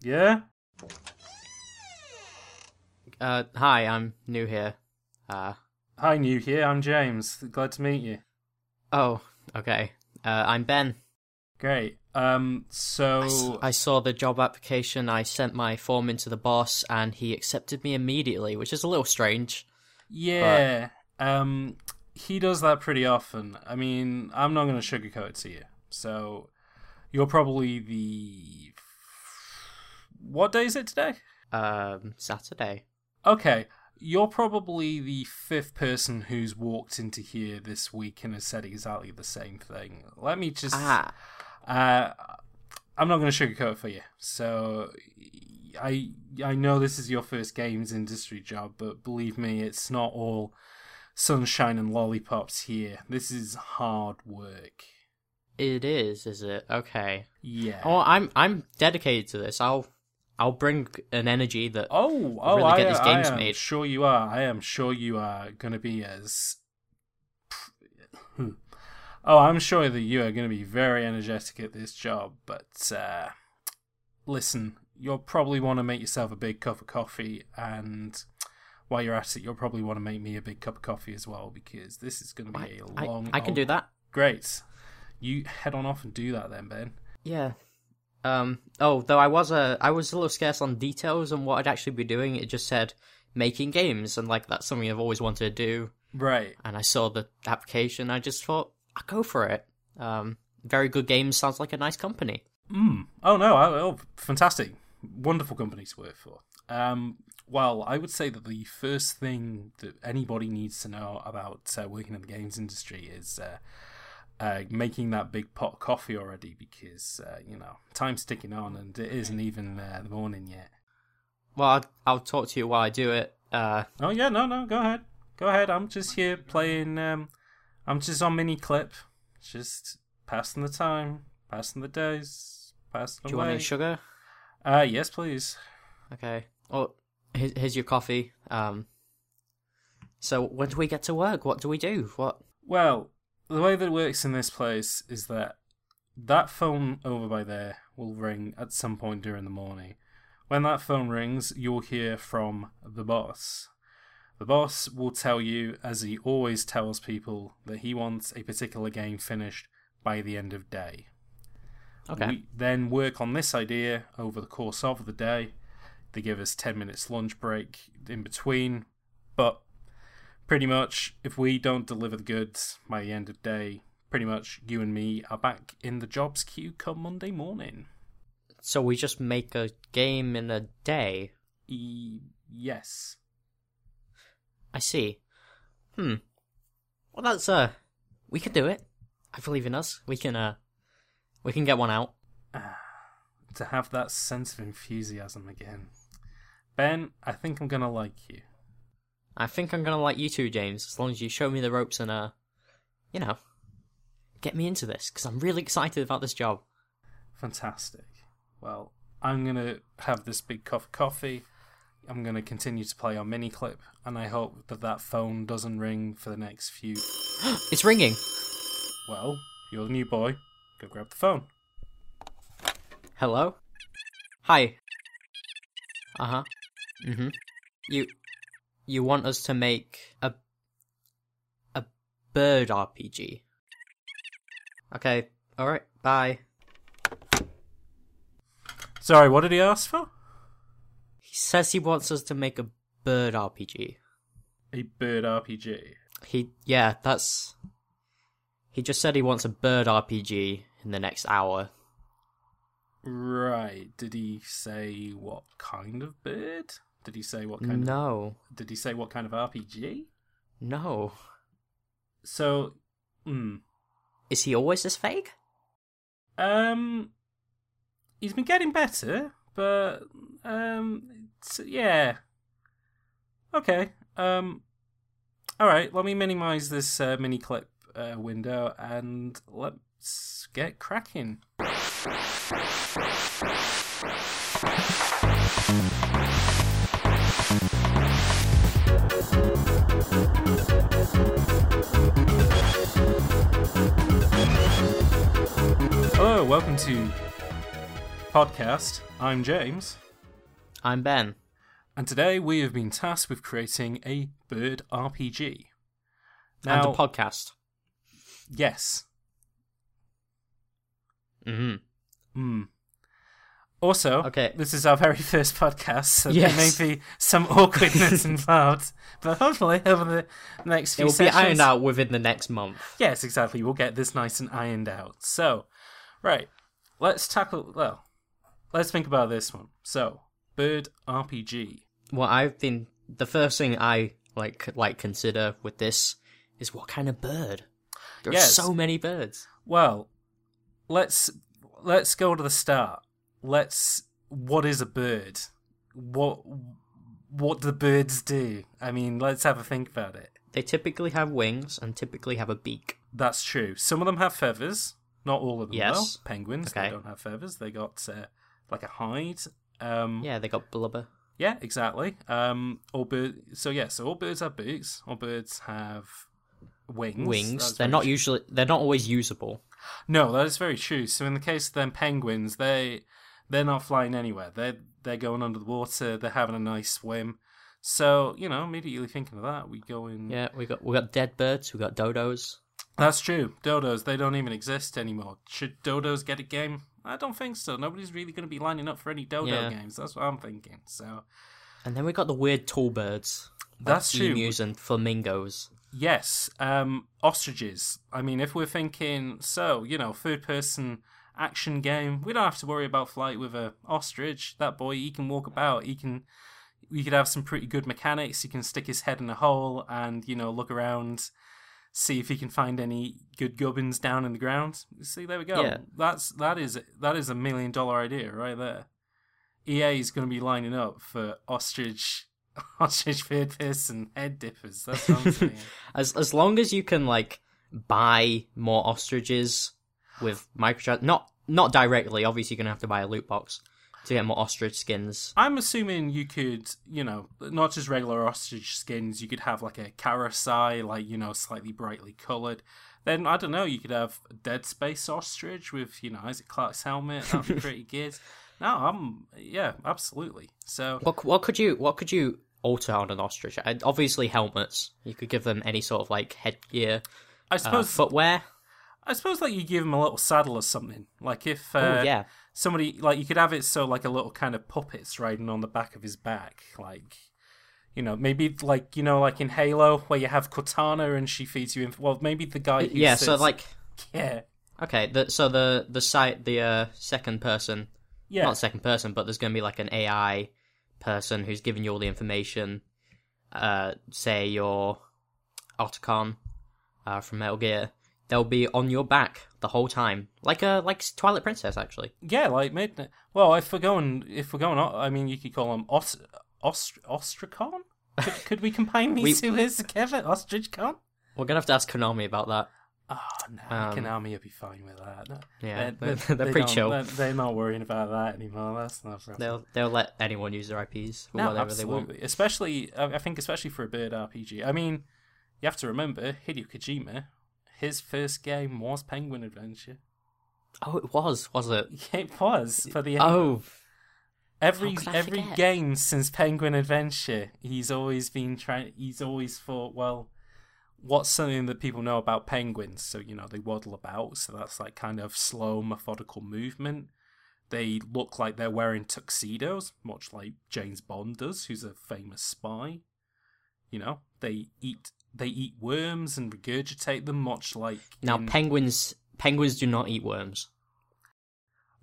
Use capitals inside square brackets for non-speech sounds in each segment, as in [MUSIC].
Yeah? Uh, hi, I'm new here. Uh, Hi, new here. I'm James. Glad to meet you. oh, okay. Uh, I'm Ben. Great. Um, I s- so. I saw the job application. I sent my form into the boss, and he accepted me immediately, which is a little strange. yeah. Um, he does that pretty often. I mean, I'm not going to sugarcoat it to you. So, you're probably the. What day is it today? Um, Saturday. Okay. You're probably the fifth person who's walked into here this week and has said exactly the same thing. Let me just. Ah, Uh, I'm not going to sugarcoat it for you. So I I know this is your first games industry job, but believe me, it's not all sunshine and lollipops here. This is hard work. it is. Is it okay? Yeah. Oh, I'm I'm dedicated to this. I'll I'll bring an energy that. oh, oh, really I, get these games I am made. sure you are. I am sure you are going to be as. Oh, I'm sure that you are going to be very energetic at this job, but uh, listen, you'll probably want to make yourself a big cup of coffee, and while you're at it, you'll probably want to make me a big cup of coffee as well, because this is going to I, be a I- long. I can do old- that. Great. You head on off and do that then, Ben. Yeah. Um. Oh, though I was uh, I was a little scarce on details and what I'd actually be doing. It just said making games, and like that's something I've always wanted to do. Right. And I saw the application. I just thought I'll go for it. Um. Very good games sounds like a nice company. Mm. Oh no! I, oh, fantastic! Wonderful company to work for. Um, well, I would say that the first thing that anybody needs to know about uh, working in the games industry is uh, uh, making that big pot of coffee already, because uh, you know time's ticking on, and it isn't even uh, the morning yet. Well, I'll, I'll talk to you while I do it. Uh. Oh yeah, no, no, go ahead, go ahead. I'm just here playing. Um, I'm just on mini clip, just passing the time, passing the days, passing Do away. you want any sugar? uh, yes, please. Okay. Oh, here's, here's your coffee. Um. So when do we get to work? What do we do? What? Well, the way that it works in this place is that that phone over by there will ring at some point during the morning. When that phone rings, you'll hear from the boss. The boss will tell you, as he always tells people, that he wants a particular game finished by the end of day. Okay. We then work on this idea over the course of the day. They give us 10 minutes lunch break in between, but pretty much if we don't deliver the goods by the end of the day, pretty much you and me are back in the jobs queue come Monday morning. So we just make a game in a day. E- yes. I see. Hmm. Well, that's uh, we can do it. I believe in us. We can uh, we can get one out. To have that sense of enthusiasm again. Ben, I think I'm going to like you. I think I'm gonna like you too, James. As long as you show me the ropes and uh, you know, get me into this because I'm really excited about this job. Fantastic. Well, I'm going to have this big cup of coffee. I'm going to continue to play on mini clip, and I hope that that phone doesn't ring for the next few. It's ringing. Well, you're the new boy. Go grab the phone. Hello. Hi. Uh huh. Mhm. You, you want us to make a a bird RPG? Okay. All right. Bye. Sorry, what did he ask for? He says he wants us to make a bird RPG. A bird RPG. He, yeah, that's. He just said he wants a bird RPG in the next hour. Right. Did he say what kind of bird? Did he say what kind of No, Did he say what kind of RPG? no. So, hmm. Is he always this vague? Um, he's been getting better, but um, it's, yeah. Okay. Um, all right. Let me minimize this uh, mini clip uh, window and let's get cracking. Hello, welcome to podcast. I'm James, I'm Ben. and today we have been tasked with creating a bird RPG. Now, and a podcast. yes. hmm Mm. Also, Okay. this is our very [LAUGHS] first podcast, so Yes. there may be some [LAUGHS] awkwardness involved, but hopefully over the next It few will be sessions, ironed out within the next month. Yes, exactly. We'll get this nice and ironed out. So, right, let's tackle. Well, let's think about this one. So, bird RPG. Well, I've been the first thing I like like consider with this is what kind of bird. There Yes. are so many birds. Well, let's let's go to the start. Let's. What is a bird? What what do birds do? I mean, let's have a think about it. They typically have wings and typically have a beak. That's true. Some of them have feathers. Not all of them. Yes. Though. Penguins. They Okay. don't have feathers. They got uh, like a hide. Um, Yeah, they got blubber. Yeah, exactly. Um, all bird. So yeah, so all birds have beaks. All birds have wings. Wings. That's They're very not tr- usually they're not always usable. No, that is very true. So in the case of them penguins, they they're not flying anywhere. They're they're going under the water. They're having a nice swim. So you know, immediately thinking of that, we go in. Yeah, we got we got dead birds, we got dodos. That's true. Dodos, they don't even exist anymore. Should dodos get a game? I don't think so. Nobody's really going to be lining up for any dodo Yeah. games. That's what I'm thinking. So And then we got the weird tall birds. that's true. Emus and flamingos. Yes, um, ostriches. I mean, if we're thinking, so you know, third-person action game, we don't have to worry about flight with a ostrich. That boy, he can walk about. He can, we could have some pretty good mechanics. He can stick his head in a hole and you know look around, see if he can find any good gubbins down in the ground. See, there we go. Yeah. That's that is that is a million-dollar idea right there. EA is going to be lining up for ostrich, [LAUGHS] ostrich third-person head dippers. That's what I'm saying. As as long as you can like buy more ostriches with microtrans not not directly, obviously you're gonna have to buy a loot box to get more ostrich skins. I'm assuming you could, you know, not just regular ostrich skins. You could have like a carasai, like you know, slightly brightly coloured. Then I don't know. You could have a Dead Space ostrich with you know Isaac Clarke's helmet. That'd be [LAUGHS] pretty good. No, I'm yeah, absolutely. So What c- what could you what could you alter on an ostrich? Uh, Obviously helmets. You could give them any sort of like headgear, I uh, suppose footwear. I suppose like you give him a little saddle or something. Like if uh, oh yeah, somebody like you could have it so like a little kind of puppets riding on the back of his back like you know maybe like you know like in halo where you have cortana and she feeds you in well maybe the guy who yeah. sits, So like yeah okay, the, so the the site the uh, second person yeah not second person, but there's going to be like an AI person who's giving you all the information. Uh, say your Otacon uh, from Metal Gear, they'll be on your back the whole time, like a like Twilight Princess actually. yeah like midnight well if we're going if we're going on i mean you could call him Os- Ost- ostricon could, could we [LAUGHS] combine these two words together ostrichcon We're gonna have to ask Konami about that. Oh, no, Um, Konami will be fine with that. Yeah, they're, [LAUGHS] they're, pretty don't- chill. They're, they're not worrying about that anymore. That's not a problem. They'll they'll let anyone use their IPs for whatever they want. absolutely. Especially, I I think, especially for a bird RPG. I mean, you have to remember Hideo Kojima. His first game was Penguin Adventure. [LAUGHS] Oh, it was was it? It was for the Oh, every how could I every forget? game since Penguin Adventure, he's always been trying. He's always thought, well, what's something that people know about penguins? So you know they waddle about. So that's like kind of slow, methodical movement. They look like they're wearing tuxedos, much like James Bond does, who's a famous spy. You know, they eat they eat worms and regurgitate them, much like now in- penguins penguins do not eat worms.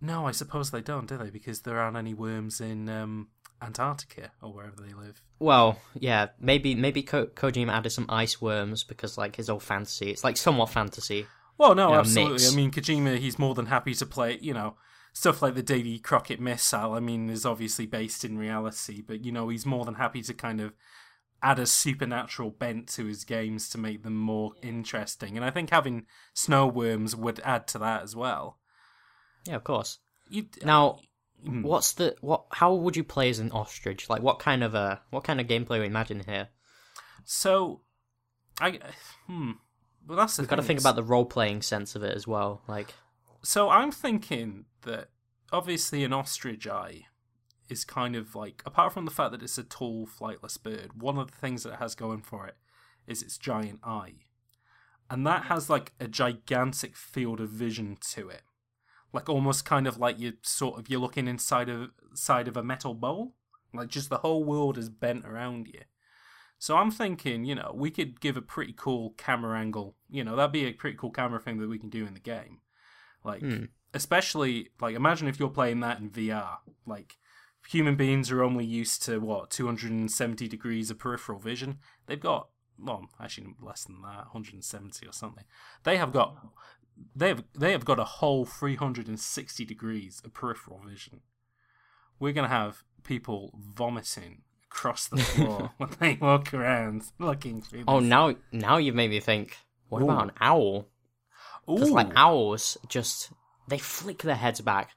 no, I suppose they don't, do they? Because there aren't any worms in um, Antarctica or wherever they live. Well, yeah, maybe maybe Ko- Kojima added some ice worms because like his old fantasy, it's like somewhat fantasy. Well, no, you know, absolutely. mix. I mean, Kojima, he's more than happy to play, you know, stuff like the Davy Crockett missile. I mean, is obviously based in reality, but, you know, he's more than happy to kind of add a supernatural bent to his games to make them more interesting. And I think having snow worms would add to that as well. Yeah, of course. You'd, Now, Mm. what's the what? How would you play as an ostrich? Like, what kind of uh, what kind of gameplay are we imagine here? so, I. [SIGHS] Hmm. Well, that's the We've got to thing. think about the role playing sense of it as well. Like, So I'm thinking that obviously an ostrich eye is kind of like apart from the fact that it's a tall flightless bird one of the things that it has going for it is its giant eye and that has like a gigantic field of vision to it like almost kind of like you're sort of you're looking inside of side of a metal bowl like just the whole world is bent around you so i'm thinking you know we could give a pretty cool camera angle you know that'd be a pretty cool camera thing that we can do in the game like Hmm. especially like imagine if you're playing that in vr like human beings are only used to what 270 degrees of peripheral vision they've got well actually less than that 170 or something they have got they've they have got a whole 360 degrees of peripheral vision we're going to have people vomiting across the [LAUGHS] floor when they walk around looking through Oh, this. now now you've made me think. What Ooh. about an owl? Because like Ooh. owls, just they flick their heads back.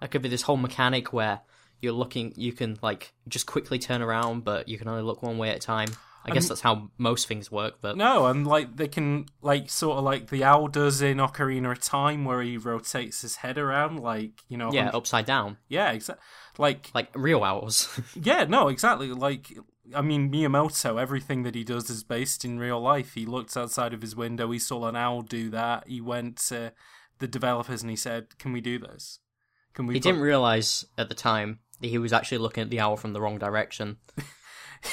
That could be this whole mechanic where you're looking, you can like just quickly turn around, but you can only look one way at a time. I guess Um, that's how most things work. But No, and like they can like sort of like the owl does in Ocarina of Time, where he rotates his head around, like you know, yeah, hundred- upside down, yeah, exactly. Like like real owls. [LAUGHS] yeah, no, exactly. Like I mean, Miyamoto, everything that he does is based in real life. He looked outside of his window, he saw an owl do that. He went to the developers and he said, "Can we do this? Can we?" he put- didn't realize at the time that he was actually looking at the owl from the wrong direction,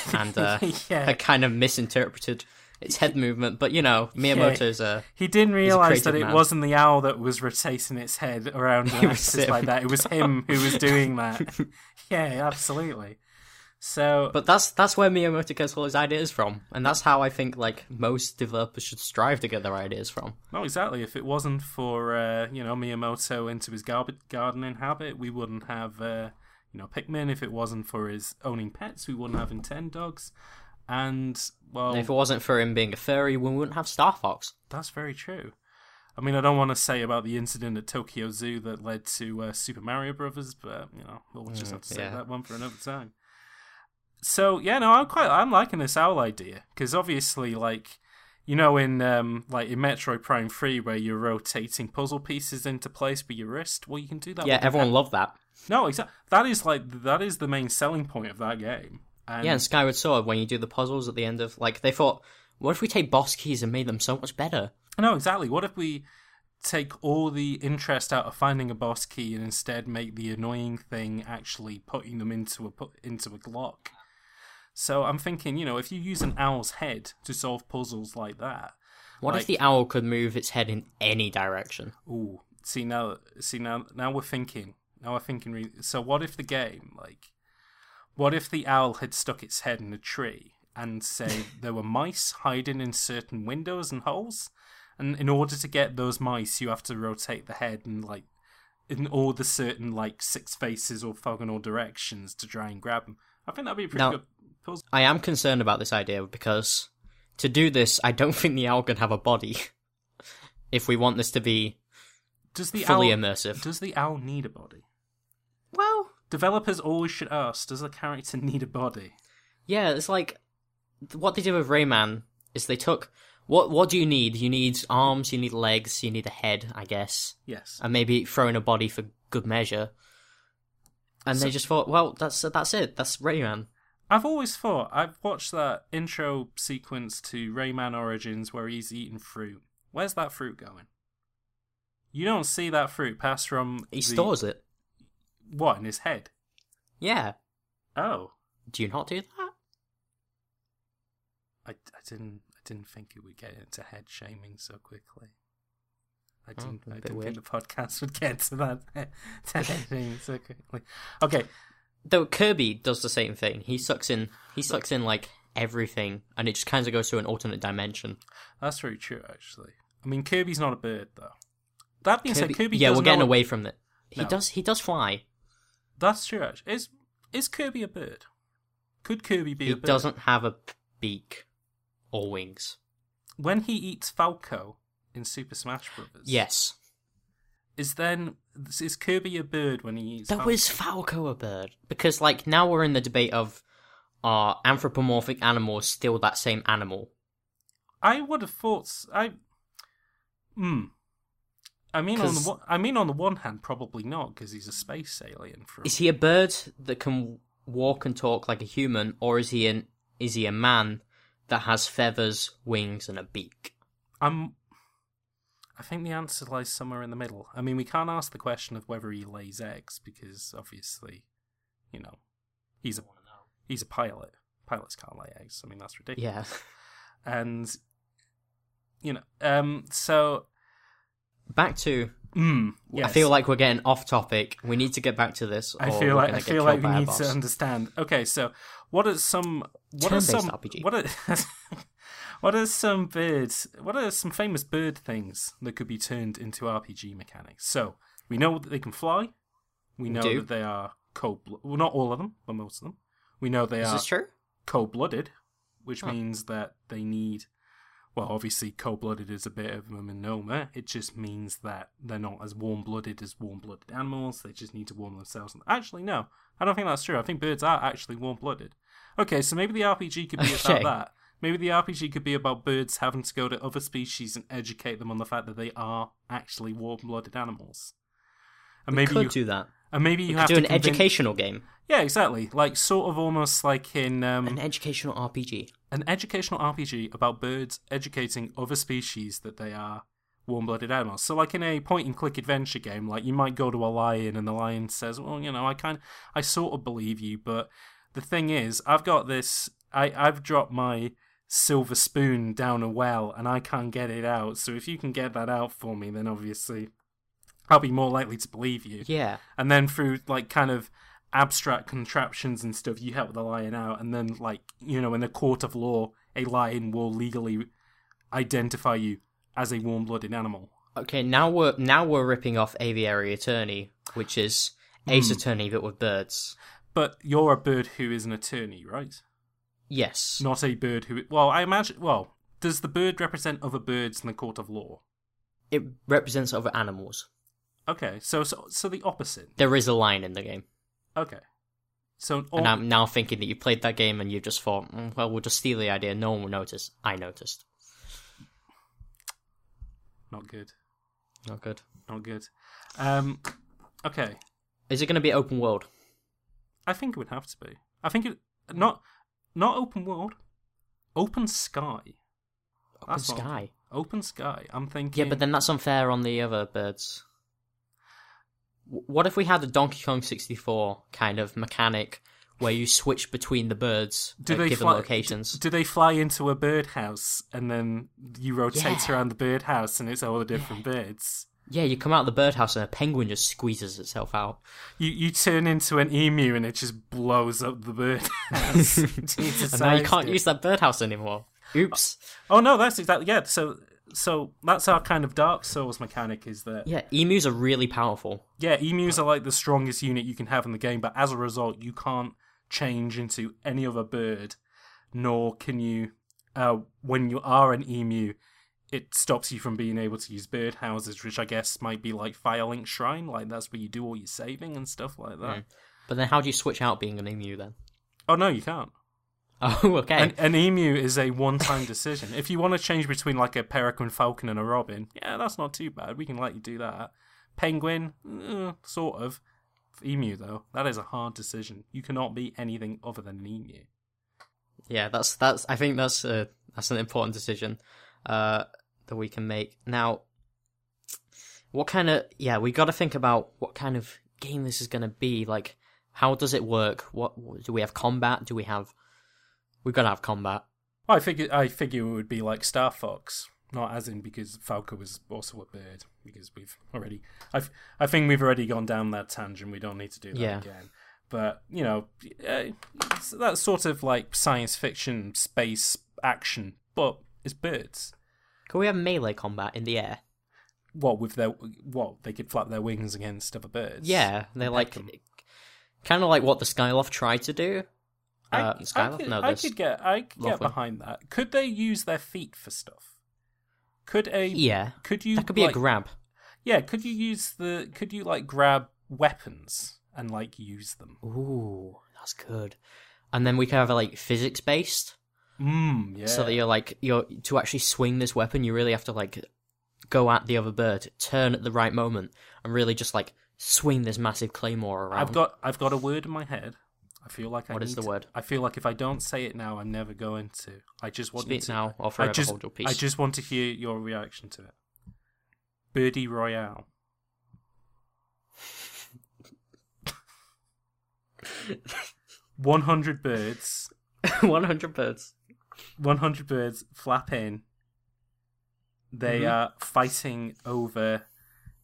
[LAUGHS] and uh, [LAUGHS] yeah, had kind of misinterpreted its head movement. But you [LAUGHS] know, Miyamoto's uh, He didn't realize creative that it man. wasn't the owl that was rotating its head [LAUGHS] around an was axis him. like that. It [LAUGHS] was him who was doing that. yeah, absolutely. So, But that's that's where Miyamoto gets all his ideas from, and that's how I think like most developers should strive to get their ideas from. no, exactly. If it wasn't for uh, you know Miyamoto into his gar- gardening habit, we wouldn't have uh, you know Pikmin. If it wasn't for his owning pets, we wouldn't have Nintendogs. And well, And if it wasn't for him being a furry, we wouldn't have Star Fox. That's very true. I mean, I don't want to say about the incident at Tokyo Zoo that led to uh, Super Mario Brothers, but you know, we'll just Mm, have to save yeah. that one for another time. So yeah, no, I'm quite I'm liking this owl idea because obviously, like you know, in um, like in Metroid Prime Three, where you're rotating puzzle pieces into place with your wrist, well, you can do that. yeah, with an everyone loved that. no, exactly. That is like that is the main selling point of that game. And yeah, and Skyward Sword when you do the puzzles at the end of like they thought, what if we take boss keys and made them so much better? No, exactly. What if we take all the interest out of finding a boss key and instead make the annoying thing actually putting them into a pu- into a Glock? So I'm thinking, you know, if you use an owl's head to solve puzzles like that, What Like- if the owl could move its head in any direction? ooh, see now, see now, now we're thinking, now we're thinking. Re- so what if the game, like, what if the owl had stuck its head in a tree and [LAUGHS] say there were mice hiding in certain windows and holes, and in order to get those mice, you have to rotate the head and like in all the certain like six faces or orthogonal directions to try and grab them. I think that'd be a pretty Now- good puzzle. I am concerned about this idea because to do this, I don't [LAUGHS] think the owl can have a body. if we want this to be Does the owl fully immersive, does the owl need a body? well, Developers always should ask: Does the character [LAUGHS] need a body? Yeah, it's like th- what they did with Rayman is they took what what do you need? You need arms, you need legs, you need a head, I guess, Yes. and maybe throw in a body for good measure. And they just thought, well, that's that's it. That's Rayman. I've always thought I've watched that intro sequence to Rayman Origins where he's eating fruit. Where's that fruit going? You don't see that fruit pass from He the- stores it. what in his head. Yeah. Oh, Do you not do that? I, I didn't I didn't think it would get into head shaming so quickly. I didn't, Oh, I a bit didn't think weird. the podcast would get to that [LAUGHS] to [LAUGHS] head shaming so quickly. Okay, Though Kirby does the same thing. He sucks in. He sucks in like everything, and it just kind of goes to an alternate dimension. that's very true actually. I mean Kirby's not a bird though. That being said, Kirby yeah, does we're getting know- away from it. He No. does. He does fly. That's true. Actually. Is is Kirby a bird? Could Kirby be He a bird? doesn't have a p- beak or wings. When he eats Falco in Super Smash Brothers, Yes. is then is Kirby a bird when he eats? There Falco? was Falco a bird? Because, like, now we're in the debate of are anthropomorphic animals still that same animal? I would have thought. s- I. Hmm. I mean, on the 'Cause- one, I mean, on the one hand, probably not because he's a space alien. From Is he a bird that can walk and talk like a human, or is he an is he a man that has feathers, wings, and a beak? I'm. I think the answer lies somewhere in the middle. I mean, we can't ask the question of whether he lays eggs because obviously, you know, he's a he's a pilot. Pilots can't lay eggs. I mean, that's ridiculous. Yeah, [LAUGHS] And you know, um, so back to mm, yes. I feel like we're getting off topic. We need to get back to this. I or feel we're like gonna I get feel killed like we by our need boss. to understand. Okay, so what are some what are Turn-based some RPG. what are [LAUGHS] what are some birds? What are some famous bird things that could be turned into RPG mechanics? So we know that they can fly. We know do. that they are cold. blo- Well, not all of them, but most of them. We know they Is are this true? cold-blooded, which Huh. means that they need. Well, obviously, cold-blooded is a bit of a misnomer. It just means that they're not as warm-blooded as warm-blooded animals. They just need to warm themselves. Actually, no, I don't think that's true. I think birds are actually warm-blooded. Okay, so maybe the RPG could be Okay. about that. Maybe the RPG could be about birds having to go to other species and educate them on the fact that they are actually warm-blooded animals. And We maybe could you, do that. and maybe you We could have do to an convince- educational game, Yeah, exactly. Like sort of almost like in um, an educational RPG. an educational RPG about birds educating other species that they are warm-blooded animals. So, like in a point-and-click adventure game, like you might go to a lion and the lion says, "Well, you know, I kind, I sort of believe you, but the thing is, I've got this. I, I've dropped my silver spoon down a well and I can't get it out. So, if you can get that out for me, then obviously." I'll be more likely to believe you Yeah, and then through like kind of abstract contraptions and stuff you help the lion out and then like you know in the court of law a lion will legally identify you as a warm-blooded animal Okay, now we're now we're ripping off Aviary Attorney, which is Hmm. Ace Attorney but with birds. but you're a bird who is an attorney right Yes. not a bird who well i imagine well does the bird represent other birds in the court of law It represents other animals. okay so so, so the opposite There is a line in the game. okay so oh, all, And I'm now thinking that you played that game and you just thought, "Mm, well, we'll just steal the idea. No one will notice. I noticed. not good Not good. not good um okay Is it going to be open world? I think it would have to be. I think it not not open world, open sky, Open That's not- Oh, sky. open sky. I'm thinking. Yeah, but then that's unfair on the other birds. W- What if we had a Donkey Kong 64 kind of mechanic where you switch between the birds do at they given fly? locations? Do they fly into a birdhouse and then you rotate Yeah. around the birdhouse and it's all the different birds? Yeah, you come out of the birdhouse and a penguin just squeezes itself out. You you turn into an emu and it just blows up the birdhouse. [LAUGHS] [LAUGHS] Jesus and now you sized can't it. use that birdhouse anymore. Oops. Oh no, that's exactly yeah. So so that's our kind of Dark Souls mechanic is that Yeah, emus are really powerful. Yeah, emus are like the strongest unit you can have in the game, but as a result, you can't change into any other bird, nor can you. Uh, when you are an emu, it stops you from being able to use bird houses, which I guess might be like Firelink Shrine, like that's where you do all your saving and stuff like that. Mm. But then how do you switch out being an emu then? [LAUGHS] Oh no, you can't. Oh, okay. An, an emu is a one-time decision. If you want to change between like a peregrine falcon and a robin, yeah, that's not too bad. We can let you do that. Penguin, uh, sort of. Emu though, that is a hard decision. You cannot be anything other than an emu. yeah, that's that's. I think that's uh that's an important decision uh, that we can make now. What kind of yeah? We got to think about what kind of game this is going to be. Like, how does it work? What do we have? Combat? Do we have? We got to have combat. I figure I figure it would be like Star Fox, not as in because Falco was also a bird. Because we've already, I f- I think we've already gone down that tangent. We don't need to do that Yeah. again. But you know, uh, it's that sort of like science fiction, space action, but it's birds. Can we have melee combat in the air? What with their what they could flap their wings against other birds. Yeah, they're Peck like 'em. kind of like what the Skyloft tried to do. Uh, Skyloft? could, no, I this. could get I could get Laughlin. behind that. Could they use their feet for stuff? Could a Yeah, could you that could be like- a grab. Yeah, could you use the could you like grab weapons and like use them? Ooh, that's good. And then we could have it like physics based, Mm, yeah. so that you're like you're to actually swing this weapon, you really have to like go at the other bird, turn at the right moment, and really just like swing this massive claymore around. I've got I've got a word in my head. I feel like I What need is the to- word? I feel like if I don't say it now, I'm never going to. I just want Speak to now or I forever just hold your peace. I [LAUGHS] just want to hear your reaction to it. Birdie Royale. [LAUGHS] One hundred birds. 100 birds. 100 birds flap in. They Mhm. are fighting over.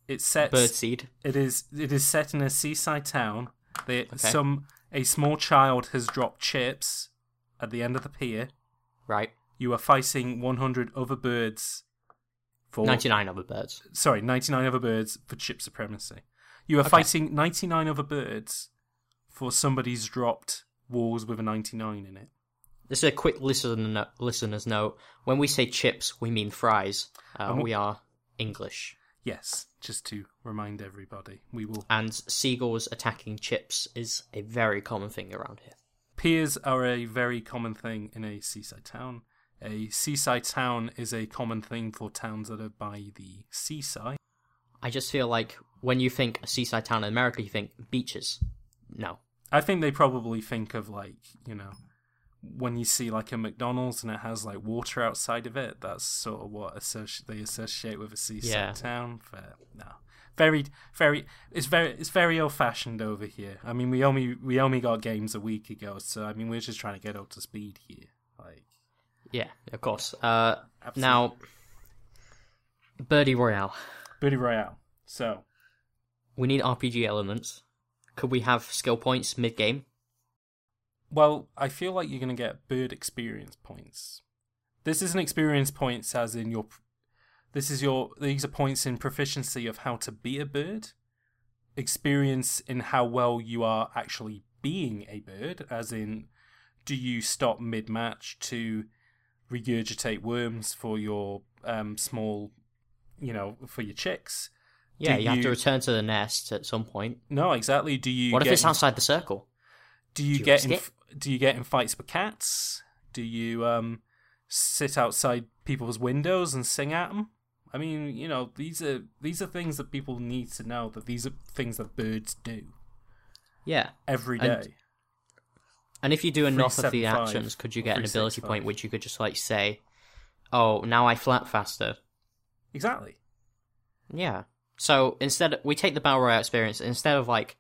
It sets. Birdseed. It is. It is set in a seaside town. They Okay. some a small child has dropped chips at the end of the pier. Right. You are fighting 100 other birds. For 99 other birds. sorry, 99 other birds for chip supremacy. You are Okay. fighting 99 other birds for somebody's dropped walls with a 99 in it. This is a quick listener, listener's note. When we say chips, we mean fries. Uh, Um, we are English. Yes, just to remind everybody, we will And seagulls attacking chips is a very common thing around here. Piers are a very common thing in a seaside town. A seaside town is a common thing for towns that are by the seaside. I just feel like when you think a seaside town in America, you think beaches. No. I think they probably think of like, you know, when you see like a McDonald's and it has like water outside of it, that's sort of what associ- they associate with a seaside Yeah. town. But no, very, very, it's very, it's very old fashioned over here. I mean, we only we only got games a week ago, so I mean, we're just trying to get up to speed here. Like, Yeah, of course. Uh, absolutely. now, Birdie Royale. Booty Royale. So We need RPG elements. Could we have skill points mid game? Well, I feel like you're going to get bird experience points. This isn't experience points as in your. This is your. These are points in proficiency of how to be a bird, experience in how well you are actually being a bird, as in, do you stop mid match to regurgitate worms for your um, small, you know, for your chicks? Yeah, Do you, have you- to return to the nest at some point. No, exactly. Do you? what if get it's outside the circle? Do you Do you get in, risk f- do you get in fights with cats? Do you um sit outside people's windows and sing at them? I mean, you know, these are these are things that people need to know that these are things that birds do Yeah. every day. And- And if you do enough of the 375, actions, could you get an ability 365. point which you could just like say, "Oh, now I flap faster." exactly. Yeah. So instead, we take the battle royale experience. Instead of like,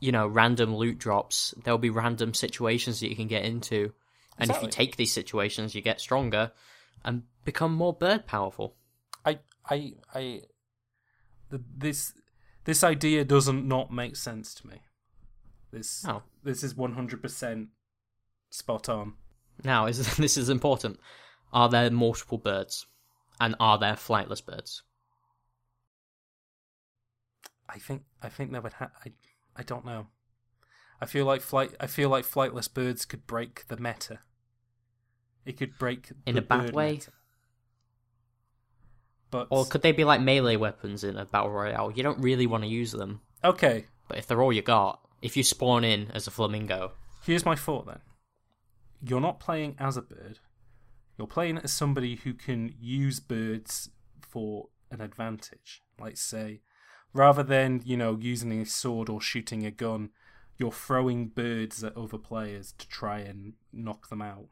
you know, random loot drops, there'll be random situations that you can get into, and if Exactly. you take these situations, you get stronger and become more bird powerful. I I I the, this this idea doesn't not make sense to me. This No. this is 100% spot on. Now, is [LAUGHS] this is important? Are there multiple birds, and are there flightless birds? I think I think they would ha- I I don't know. I feel like flight I feel like flightless birds could break the meta. It could break In the a bad bird way? meta. But Or could they be like melee weapons in a battle royale? You don't really want to use them, okay, but if they're all you got, if you spawn in as a flamingo, here's my thought then. You're not playing as a bird. You're playing as somebody who can use birds for an advantage. Like say rather than, you know, using a sword or shooting a gun, you're throwing birds at other players to try and knock them out.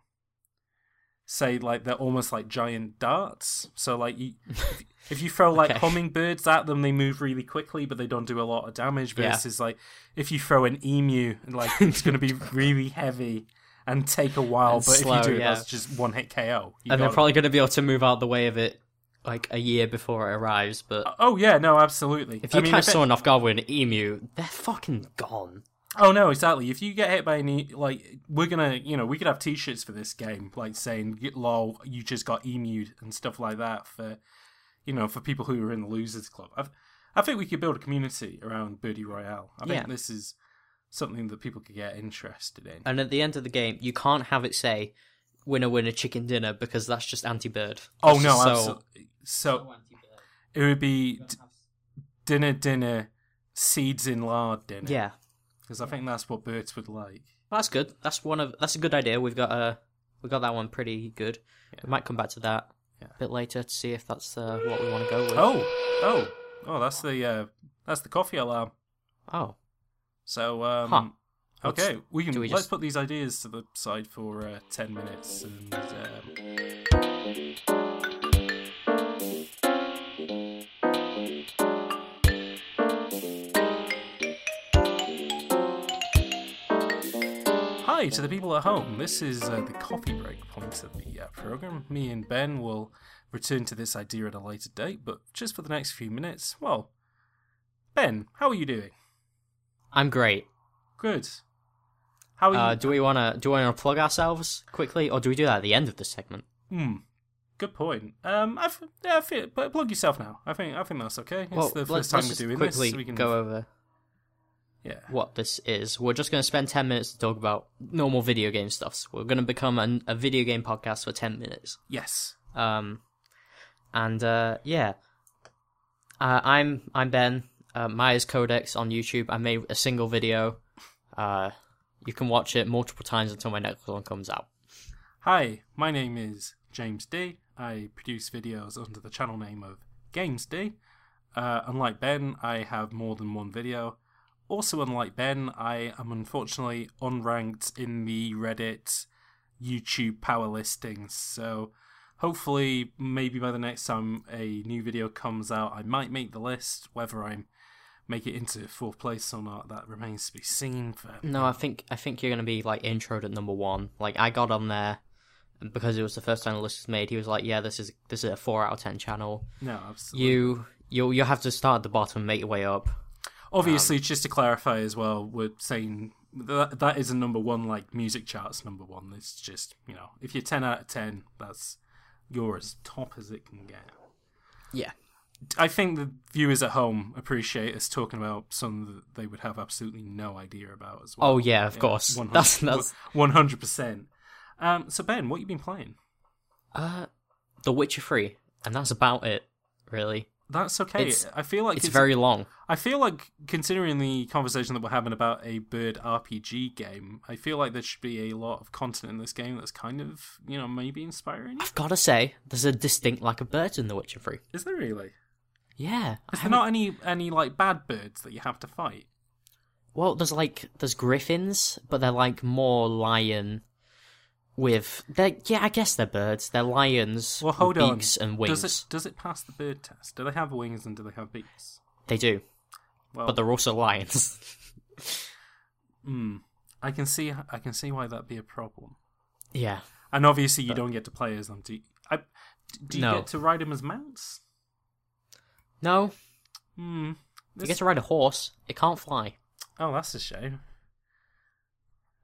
Say like they're almost like giant darts. So like [LAUGHS] you, if- if you throw like Okay. hummingbirds at them, they move really quickly, but they don't do a lot of damage. Yeah. Versus like if you throw an emu, like it's going to [LAUGHS] be really heavy and take a while. And but slow, if you do, yeah. that's just one hit KO. You and they're got it. probably going to be able to move out the way of it like a year before it arrives. But Oh yeah, no, absolutely. if you I mean, catch if it- someone off guard with an emu, they're fucking gone. Oh no, exactly. If you get hit by any, like we're gonna, you know, we could have T-shirts for this game, like saying "Y- "lol, you just got emu'd" and stuff like that for, you know, for people who are in the losers club. I've, I think we could build a community around Birdie Royale. I Yeah. think this is something that people could get interested in. And at the end of the game, you can't have it say "winner winner chicken dinner" because that's just anti-bird. oh That's no, just absolutely. So it would be d- dinner, dinner, seeds in lard dinner. yeah, because I think that's what birds would like. that's good. That's one of that's a good idea. We've got a we got that one pretty good. We might come back to that. a bit later to see if that's uh, what we want to go with. Oh, oh, oh! That's the uh, that's the coffee alarm. Oh, So, um, Huh. Let's- okay, we can do we let's just- put these ideas to the side for uh, ten minutes. And um, hi to the people at home. This is uh, the coffee break point of the uh, program. Me and Ben will return to this idea at a later date, but just for the next few minutes, well, Ben, how are you doing? I'm great. Good. How are Uh, you? do we want to do we want to plug ourselves quickly, or do we do that at the end of the segment? Hmm. Good point. Um, I, f- yeah, I feel, pl- plug yourself now. I think I think that's okay. It's the 1st let's, time let's we're just doing quickly this. so we can go over Yeah. what this is. We're just going to spend ten minutes to talk about normal video game stuffs. We're going to become an, a video game podcast for ten minutes. Yes. Um, and uh, yeah, uh, I'm I'm Ben uh, Myers Codex on YouTube. I made a single video. Uh, you can watch it multiple times until my next one comes out. Hi, my name is James D. I produce videos under the channel name of Games D. Uh, unlike Ben, I have more than one video. Also, unlike Ben, I am unfortunately unranked in the Reddit YouTube power listings. So, hopefully, maybe by the next time a new video comes out, I might make the list. Whether I make it into fourth place or not, that remains to be seen. But No, I think I think you're gonna be like introed at number one. Like I got on there because it was the first time the list was made. He was like, "Yeah, this is this is a four out of ten channel. no, absolutely. You you you have to start at the bottom, make your way up." Obviously, Um, just to clarify as well, we're saying that that is a number one, like music charts number one. It's just you know, if you're ten out of ten, that's you're as top as it can get. Yeah, I think the viewers at home appreciate us talking about something that they would have absolutely no idea about as well. Oh, yeah, of course. That's- that's- [LAUGHS] one hundred percent. Um, so Ben, what you been playing? uh, The Witcher Three, and that's about it, really. That's okay. It's- I feel like It's, it's, very long. I feel like considering the conversation that we're having about a bird RPG game, I feel like there should be a lot of content in this game that's kind of, you know, maybe inspiring. I've gotta say, there's a distinct lack of birds in The Witcher Three. Is there really? Yeah, I Is there haven't- not any any like bad birds that you have to fight? Well, there's like there's griffins, but they're like more lion. With they yeah, I guess they're birds. They're lions Well, hold with on. beaks and wings. Does it does it pass the bird test? Do they have wings and do they have beaks? They do, Well, but they're also lions. [LAUGHS] mm, I can see I can see why that'd be a problem. yeah. And obviously, you don't get to play as them. Do you, I, do you No. get to ride them as mounts? No, Hmm. you This- get to ride a horse. It can't fly. Oh, that's a shame.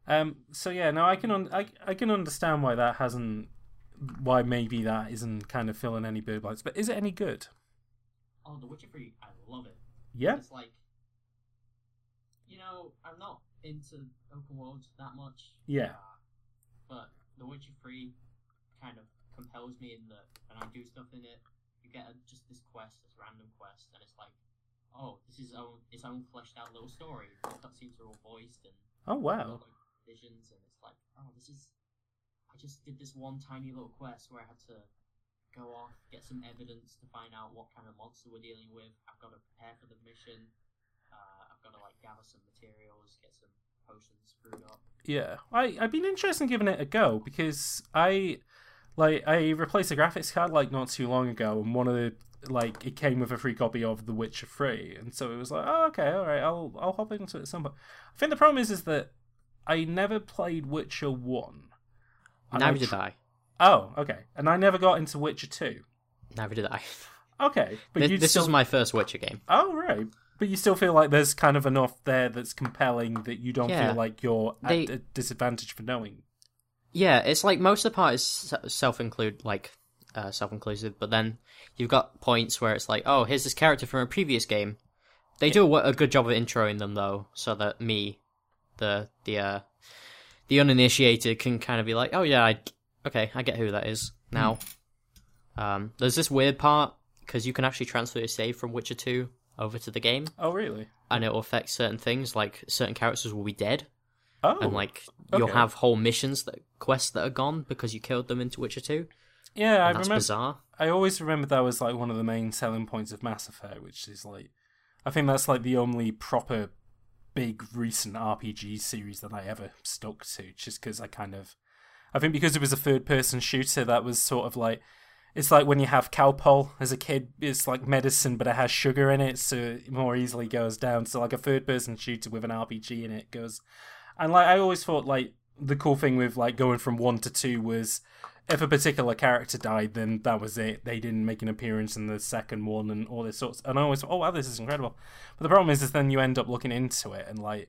Um. So yeah, no, I can un- I I can understand why that hasn't, why maybe that isn't kind of filling any bird bites. But is it any good? Oh, The Witcher Three, I love it. Yeah. It's like, you know, I'm not into open worlds that much. Uh, Yeah. but The Witcher 3 kind of compels me in that when I do stuff in it, you get a, just this quest, this random quest, and it's like, oh, this is own, its own fleshed out little story. The cutscenes are all voiced and Oh wow. little visions, and it's like, oh, this is. I just did this one tiny little quest where I had to go off, get some evidence to find out what kind of monster we're dealing with. I've got to prepare for the mission. Uh, I've got to like gather some materials, get some potions brewed up. Yeah. I I've been interested in giving it a go because I, like, I replaced a graphics card like not too long ago, and one of the like it came with a free copy of The Witcher Free, and so it was like, oh okay, all right, I'll I'll hop into it at some point. I think the problem is is that I never played Witcher One. And I tr- I. Oh, okay. And I never got into Witcher 2. Never did I. Okay. But Th- you this still... was my first Witcher game. Oh, right. But you still feel like there's kind of enough there that's compelling that you don't Yeah. feel like you're They- at a disadvantage for knowing. Yeah, it's like most of the part is self include, like uh, self inclusive, but then you've got points where it's like, oh, here's this character from a previous game. They do a, wo- a good job of introing them though, so that me, the the uh, the uninitiated, can kind of be like, oh yeah, I, okay, I get who that is now. Um, there's this weird part because you can actually transfer your save from Witcher Two over to the game, Oh, really? and it will affect certain things, like certain characters will be dead. Oh. and like you'll okay. have whole missions that quests that are gone because you killed them into Witcher Two. yeah, I That's remember. bizarre. I always remember that was like one of the main selling points of Mass Effect, which is like, I think that's like the only proper big recent RPG series that I ever stuck to, just because I kind of, I think because it was a third person shooter, that was sort of like, it's like when you have Calpol as a kid, it's like medicine, but it has sugar in it, so it more easily goes down. So like a third person shooter with an RPG in it goes, and like I always thought like the cool thing with like going from one to two was if a particular character died, then that was it. They didn't make an appearance in the second one and all this sorts. And I always thought, oh wow, this is incredible. But the problem is, is then you end up looking into it and like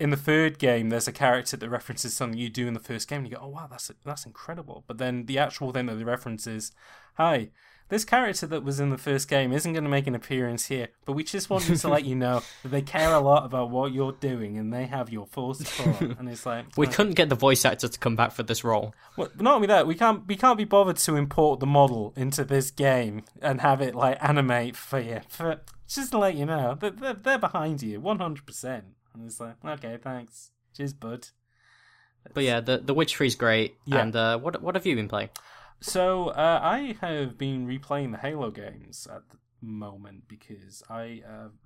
in the third game, there's a character that references something you do in the first game, and you go, oh wow, that's that's incredible. But then the actual thing that they reference is, hi. This character that was in the first game isn't going to make an appearance here, but we just wanted to let you know that they care a lot about what you're doing and they have your full support. And it's like We oh. couldn't get the voice actor to come back for this role. Well, not only that, we can't we can't be bothered to import the model into this game and have it like animate for you. For, just to let you know, they're, they're, they're behind you, one hundred percent. And it's like, okay, thanks, cheers, bud. But yeah, the the Witch 3 is great. Yeah. And uh, what what have you been playing? So uh, I have been replaying the Halo games at the moment because I am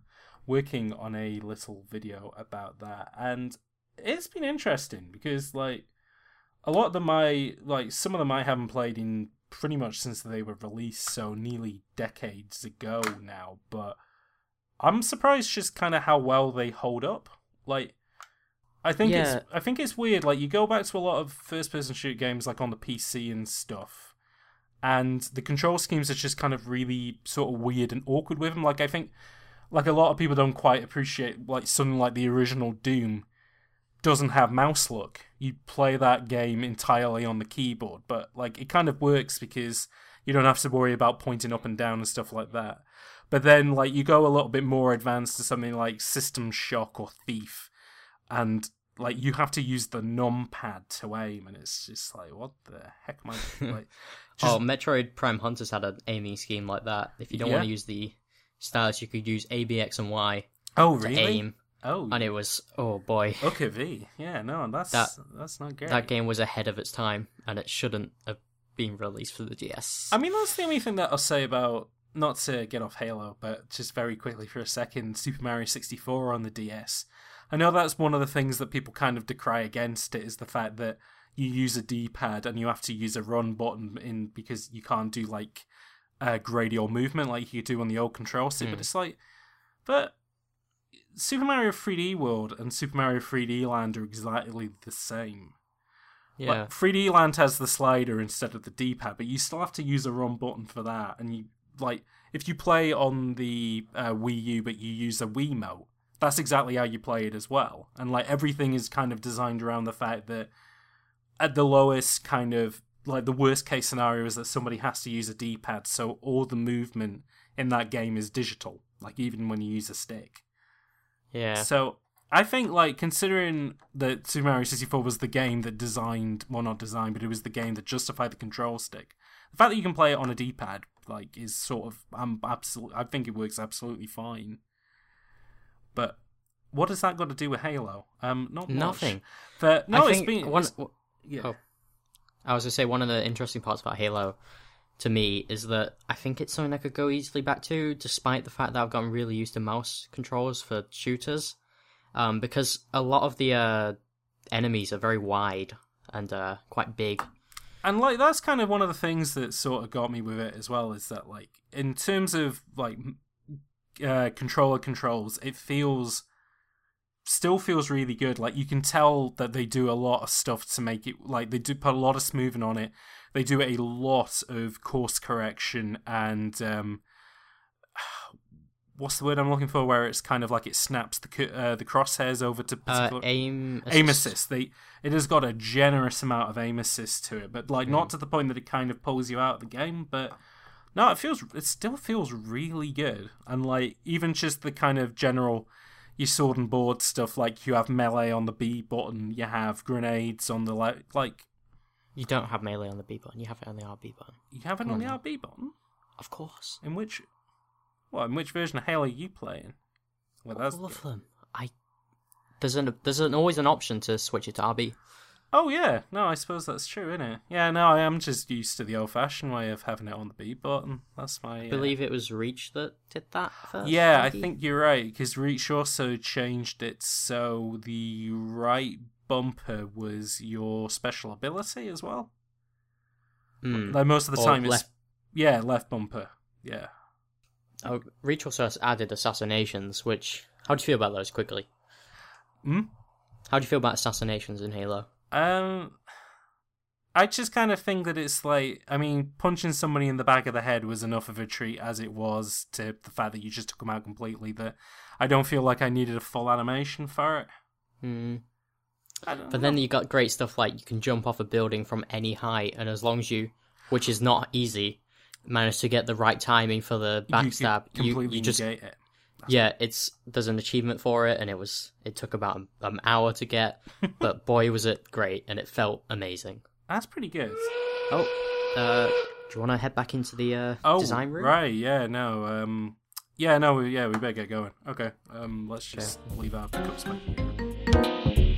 working on a little video about that, and it's been interesting because like a lot of them I like some of them I haven't played in pretty much since they were released, so nearly decades ago now. But I'm surprised just kind of how well they hold up. Like, I think Yeah. it's I think it's weird. Like you go back to a lot of first person shoot games like on the PC and stuff, and the control schemes are just kind of really sort of weird and awkward with them. Like I think like a lot of people don't quite appreciate like something like the original Doom doesn't have mouse look. You play that game entirely on the keyboard, but like it kind of works because you don't have to worry about pointing up and down and stuff like that. But then like you go a little bit more advanced to something like System Shock or Thief and like you have to use the num pad to aim and it's just like what the heck am I [LAUGHS] like just Oh, Metroid Prime Hunters had an aiming scheme like that. If you don't Yeah. want to use the stylus, you could use A, B, X, and Y Oh to really? aim. Oh And it was oh boy, Okay V. Yeah, no, that's That- that's not great. that game was ahead of its time, and it shouldn't have been released for the DS. I mean, that's the only thing that I'll say about not to get off Halo, but just very quickly for a second, Super Mario 64 on the DS. I know that's one of the things that people kind of decry against it is the fact that you use a D-pad and you have to use a run button in because you can't do like uh, gradial movement like you could do on the old control stick. But Hmm. it's like, but Super Mario 3D World and Super Mario 3D Land are exactly the same. yeah, Like 3D Land has the slider instead of the D-pad, but you still have to use a run button for that. And you like if you play on the uh, Wii U, but you use a Wiimote, that's exactly how you play it as well. And like everything is kind of designed around the fact that at the lowest kind of like the worst case scenario is that somebody has to use a D-pad, so all the movement in that game is digital. Like even when you use a stick. yeah. So I think like considering that Super Mario 64 was the game that designed well not designed, but it was the game that justified the control stick. The fact that you can play it on a D-pad like is sort of I'm absolutely I think it works absolutely fine. But what has that got to do with Halo? Um not much. Nothing. But no, I it's think been one. it's- yeah. oh. I was gonna say one of the interesting parts about Halo, to me, is that I think it's something I could go easily back to, despite the fact that I've gotten really used to mouse controls for shooters, um, because a lot of the uh, enemies are very wide and uh, quite big. and like that's kind of one of the things that sort of got me with it as well is that like in terms of like m- uh, controller controls it feels still feels really good like you can tell that they do a lot of stuff to make it like they do put a lot of smoothing on it they do a lot of course correction and um [SIGHS] what's the word i'm looking for where it's kind of like it snaps the cu- uh, the crosshairs over to Uh, particular aim aim assist. They it has got a generous amount of aim assist to it, but like not to the point that it kind of pulls you out of the game. But no, it feels it still feels really good, and like even just the kind of general your sword and board stuff. Like you have melee on the B button, you have grenades on the like like You don't have melee on the B button. You have it on the RB button. you have it on the RB button. Of course. In which, well, in which version of Halo are you playing? Oh, Well, that's All of them. I there's an there's an, always an option to switch it to RB. Oh yeah, no, I suppose that's true, isn't it? Yeah, no, I am just used to the old-fashioned way of having it on the B button. That's my. I uh, believe it was Reach that did that first. Yeah, I maybe? think you're right because Reach also changed it so the right bumper was your special ability as well. Hmm. Like most of the Or time, left- it's yeah, left bumper. Yeah, Oh, Reach also has added assassinations, which. How do you feel about those quickly? Hmm? How do you feel about assassinations in Halo? Um, I just kind of think that it's like, I mean, punching somebody in the back of the head was enough of a treat as it was to the fact that you just took them out completely. That I don't feel like I needed a full animation for it. Hmm. I don't But know. then you got great stuff like you can jump off a building from any height, and as long as you, which is not easy, manage to get the right timing for the You could backstab, you, completely you just negate it. yeah, it's there's an achievement for it, and it was it took about an- an hour [LAUGHS] to get, but boy was it great, and it felt amazing. That's pretty good. Oh, uh, do you want to head back into the uh, Oh, design room? right? Yeah, no. Um, yeah, no. we- Yeah, we better get going. Okay. Um, let's just leave our pickups. back here.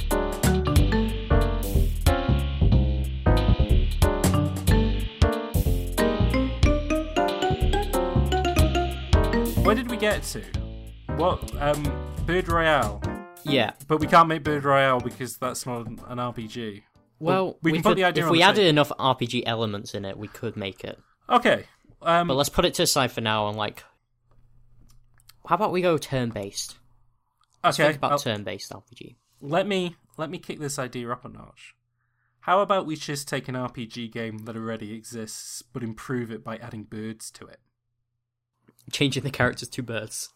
Where did we get to? What? Um, Bird Royale. Yeah. But we can't make Bird Royale because that's not an RPG. Well, we we, can put could, the idea if on we the added table. enough RPG elements in it, we could make it. Okay. Um, But let's put it to the side for now and like, how about we go turn based? okay. oh. Think about I'll- turn based RPG. let me let me kick this idea up a notch. How about we just take an RPG game that already exists, but improve it by adding birds to it? Changing the characters to birds.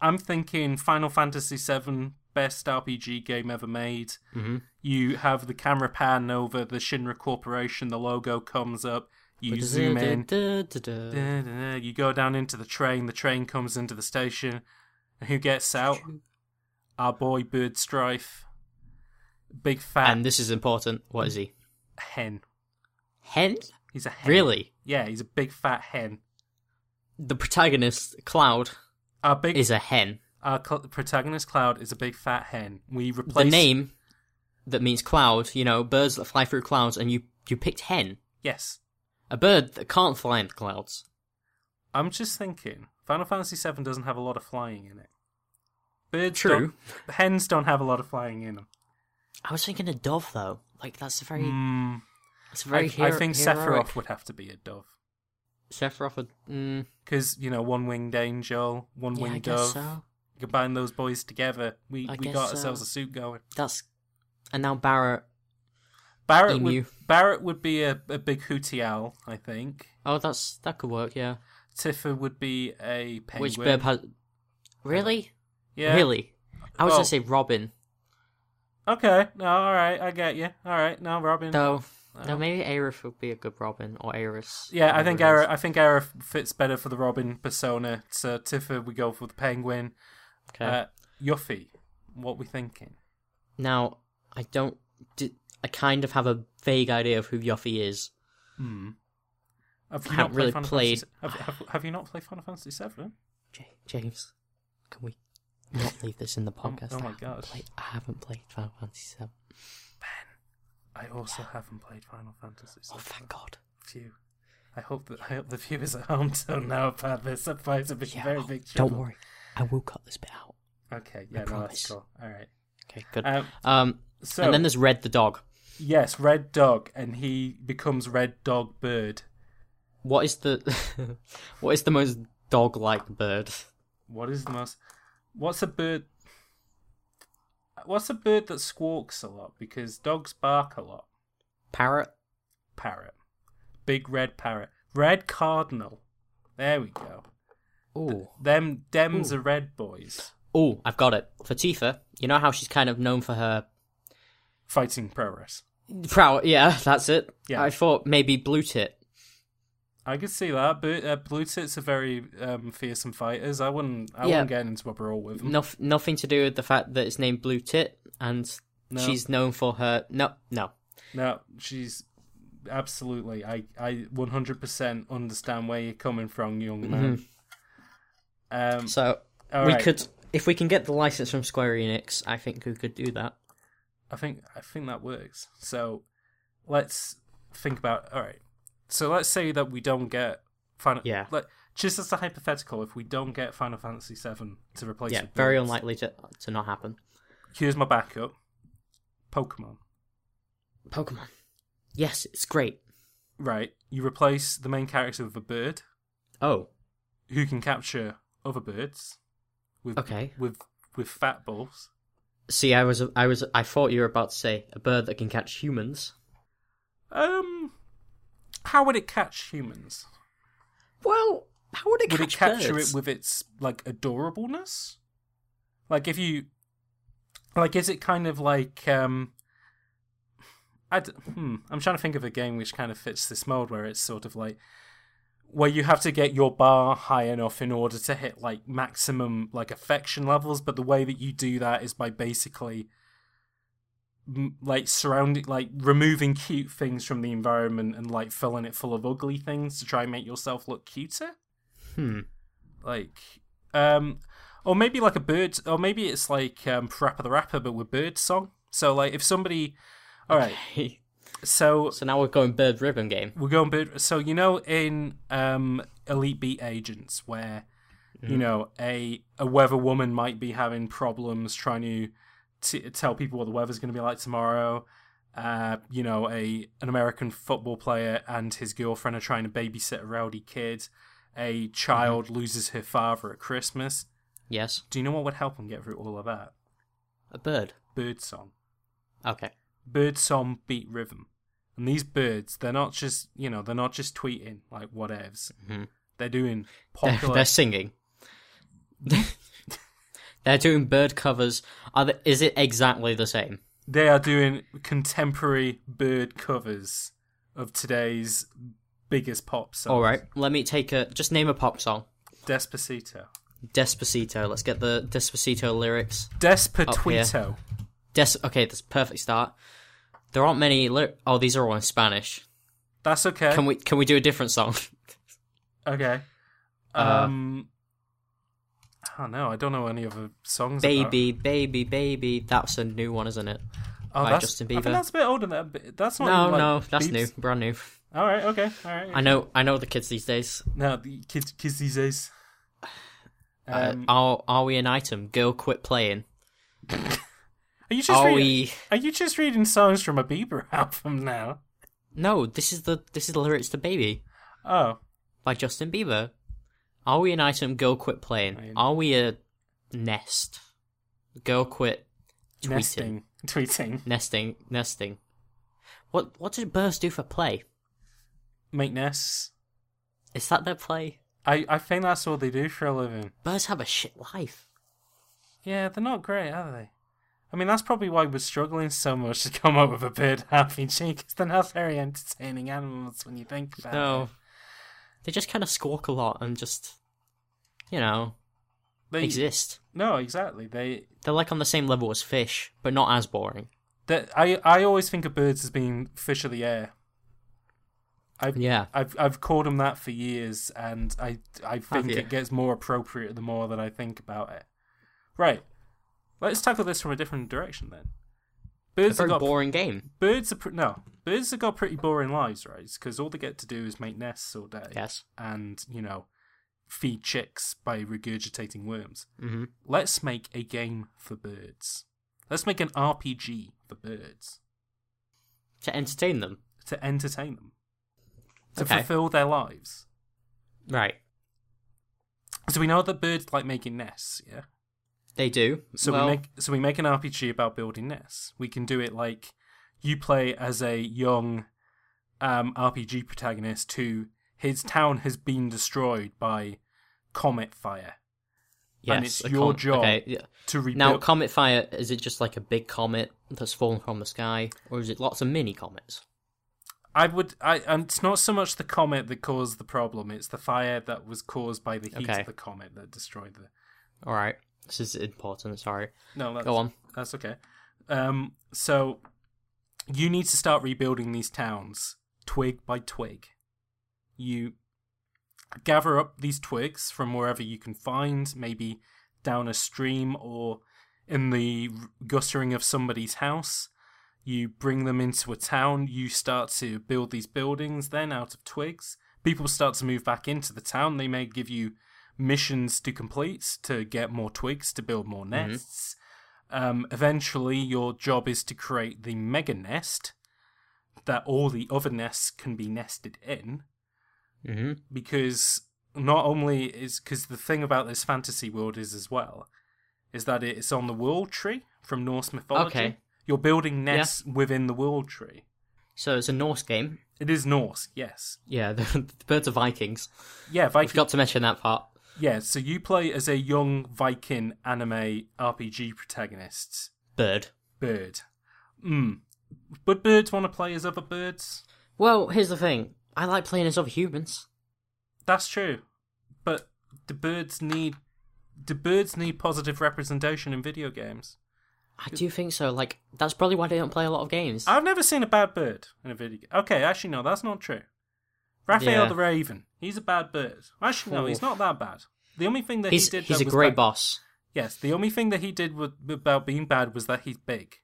I'm thinking Final Fantasy VII, best RPG game ever made. Mm-hmm. You have the camera pan over the Shinra Corporation, the logo comes up, you zoom in, da, da, da, you go down into the train, the train comes into the station, and who gets out? Our boy Bird Strife. Big fat And this is important. What is he? hen. Hen? He's a hen. Really? Yeah, he's a big fat hen. The protagonist, Cloud, Our big is a hen. our cl- protagonist Cloud is a big fat hen. We The replace name that means cloud, you know, birds that fly through clouds, and you, you picked hen. Yes, A bird that can't fly into clouds. I'm just thinking. Final Fantasy VII doesn't have a lot of flying in it. Birds True. Don't, hens don't have a lot of flying in them. I was thinking a dove, though. Like, that's a very. Mm, That's a I, very hero- I think heroic. Sephiroth would have to be a dove Sephiroth would. Mm, because you know one winged angel, one yeah, I winged dove. guess so. Combine those boys together, we I we guess got so. ourselves a suit going. That's. And now Barrett. Barrett Emu. would Barrett would be a, a big hooty owl, I think. Oh, that's that could work, yeah. Tiffa would be a penguin. Which Burb has. Really? Yeah. Really? I was Oh. gonna say Robin, Okay. No. All right. I get you. All right. No, Robin. though. No, maybe Aerith would be a good Robin or Aerith. Yeah, I think whatever it Aerith, I think Aerith fits better for the Robin persona. So Tiffa, we go for the Penguin. is. Okay. Uh, Yuffie, what we thinking? now I don't. Did, I kind of have a vague idea of who Yuffie is. Have I haven't really Final played- Fantasy- Have, have, have you not played Final Fantasy Seven? J- James, can we not [LAUGHS] leave this in the podcast? oh my I haven't gosh. Played, I haven't played Final Fantasy Seven. I also haven't played Final Fantasy Oh, Seven. thank God. Phew. I hope that I hope the viewers at home [LAUGHS] don't know about this. Otherwise, it'll be Yeah. very oh, big. don't trouble. worry. I will cut this bit out. Okay. Yeah. No, promise. that's cool. All right. Okay, good. Um, um, So and then there's Red the dog. yes, Red Dog, and he becomes Red Dog Bird. What is the [LAUGHS] what is the most dog-like bird? What is the most? What's a bird? What's a bird that squawks a lot? Because dogs bark a lot. Parrot. Parrot, big red parrot, red cardinal. There we go. Ooh. Them dems are red boys Oh, I've got it. Fatifa, you know how she's kind of known for her fighting progress. prow. Yeah, [LAUGHS] that's it. Yeah. I thought maybe blue tit. I could see that, but uh, blue tits are very um, fearsome fighters. I wouldn't. I Yeah. wouldn't get into a brawl with them. Nof- nothing to do with the fact that it's named blue tit, and No. she's known for her. No, no. No, she's absolutely. I I one hundred percent understand where you're coming from, young man. Um, So all Mm-hmm. we right. could, if we can get the license from Square Enix, I think we could do that. I think I think that works. So let's think about all right. So let's say that we don't get Final Yeah. Like, just as a hypothetical, if we don't get Final Fantasy VII to replace Yeah, it, very with- unlikely to to not happen. Here's my backup. Pokemon. Pokemon. Yes, it's great. Right. You replace the main character with a bird Oh, who can capture other birds with Okay. with with fat balls. see, I was I was I thought you were about to say a bird that can catch humans. Um how would it catch humans? Well, how would it would catch it capture birds? it with its like adorableness? Like if you, like, is it kind of like um, I d- hmm, I'm trying to think of a game which kind of fits this mold where it's sort of like where you have to get your bar high enough in order to hit like maximum like affection levels, but the way that you do that is by basically m- like surrounding like removing cute things from the environment and like filling it full of ugly things to try and make yourself look cuter Hmm. like um or maybe like a bird or maybe it's like um Parappa the Rapper but with bird song. So like if somebody all right, so [LAUGHS] so now we're going bird ribbon game. we're going bird so you know in um Elite Beat Agents where you know a a weather woman might be having problems trying to t- tell people what the weather's going to be like tomorrow. Uh, you know, a an American football player and his girlfriend are trying to babysit a rowdy kid. A child loses her father at Christmas. Yes, Do you know what would help him get through all of that? a bird. Birdsong. Okay. [LAUGHS] Birdsong beat rhythm. And these birds, they're not just, you know, they're not just tweeting like whatevs. Mhm. They're doing [LAUGHS] They're, popular. they're singing. [LAUGHS] they're doing bird covers. Are they, is it exactly the same? they are doing contemporary bird covers of today's biggest pop song. All right. Let me take a just name a pop song. Despacito. Despacito. Let's get the Despacito lyrics. Oh, Despacito. Des. Okay, that's a perfect start. There aren't many. Lyri- oh, these are all in Spanish. That's okay. Can we can we do a [LAUGHS] different song? [LAUGHS] Okay. Uh, Um. I don't know. I don't know any other songs. about- baby, baby, baby. That's a new one, isn't it? Oh, by that's, Justin I Bieber. think that's a bit older. Than that. That's not. No, even, like, no, that's Biebs. new, brand new. All right. Okay. All right. I know, I know the kids these days. No, the kids, kids these days. [SIGHS] Uh, Um, are are we an item? Girl, quit playing. are you just Are reading, we? Are you just reading songs from a Bieber [LAUGHS] album now? No, this is the this is the lyrics to "Baby" Oh, by Justin Bieber. Are we an item? Girl, quit playing. Are we a nest? Girl, quit tweeting. nesting, [LAUGHS] tweeting, Nesting, nesting. What what do birds do for play? make nests. Is that their play? I I think that's all they do for a living. Birds have a shit life. Yeah, they're not great, are they? I mean, that's probably why we're struggling so much to come up with a bird [LAUGHS] happy cheek, because they're not very entertaining animals when you think about No, it. they just kind of squawk a lot and just, you know, They, exist. No, exactly. They, They're like on the same level as fish, but not as boring. they, I, I always think of birds as being fish of the air. I've, Yeah. I've, I've called them that for years, and I, I think you? it gets more appropriate the more that I think about it. Right. Let's tackle this from a different direction then. It's Birds a very have got boring game. birds are pre- no birds have got pretty boring lives right because all they get to do is make nests all day Yes. and you know feed chicks by regurgitating worms Mm-hmm. let's make a game for birds let's make an rpg for birds To entertain them. to entertain them to Okay. fulfill their lives Right. so we know that birds like making nests yeah They do. So well, we make so we make an RPG about building nests. We can do it like you play as a young um, RPG protagonist who his town has been destroyed by comet fire yes, and it's a your com- job Okay. yeah. to rebuild. Now, comet fire, is it just like a big comet that's fallen from the sky, or is it lots of mini comets? I would I and it's not so much the comet that caused the problem; it's the fire that was caused by the heat Okay. of the comet that destroyed the. All right. This is important, sorry. No, that's, Go on. That's okay. Um, so you need to start rebuilding these towns twig by twig. You gather up these twigs from wherever you can find, maybe down a stream or in the gustering of somebody's house, You bring them into a town. You start to build these buildings then out of twigs. People start to move back into the town. They may give you missions to complete to get more twigs to build more nests. Um, eventually, your job is to create the mega nest that all the other nests can be nested in Mm-hmm. because not only is because the thing about this fantasy world is as well is that it's on the world tree from Norse mythology. Okay. You're building nests within the world tree. So it's a Norse game. It is Norse, yes. Yeah, [LAUGHS] the, the birds are Vikings. Yeah, I Viking. forgot to mention that part. Yeah, so you play as a young Viking anime RPG protagonist, Bird. Bird. Mm. But birds want to play as other birds. Well, here's the thing. I like playing as other humans. That's true. But the birds need the birds need positive representation in video games. I do think so. Like that's probably why they don't play a lot of games. I've never seen a bad bird in a video game. Okay, actually, no, that's not true. Raphael Yeah. the Raven, he's a bad bird. Actually, no, he's Oof. not that bad. The only thing that he's he did he's that a was great bad- boss, Yes, the only thing that he did with, about being bad was that he's big.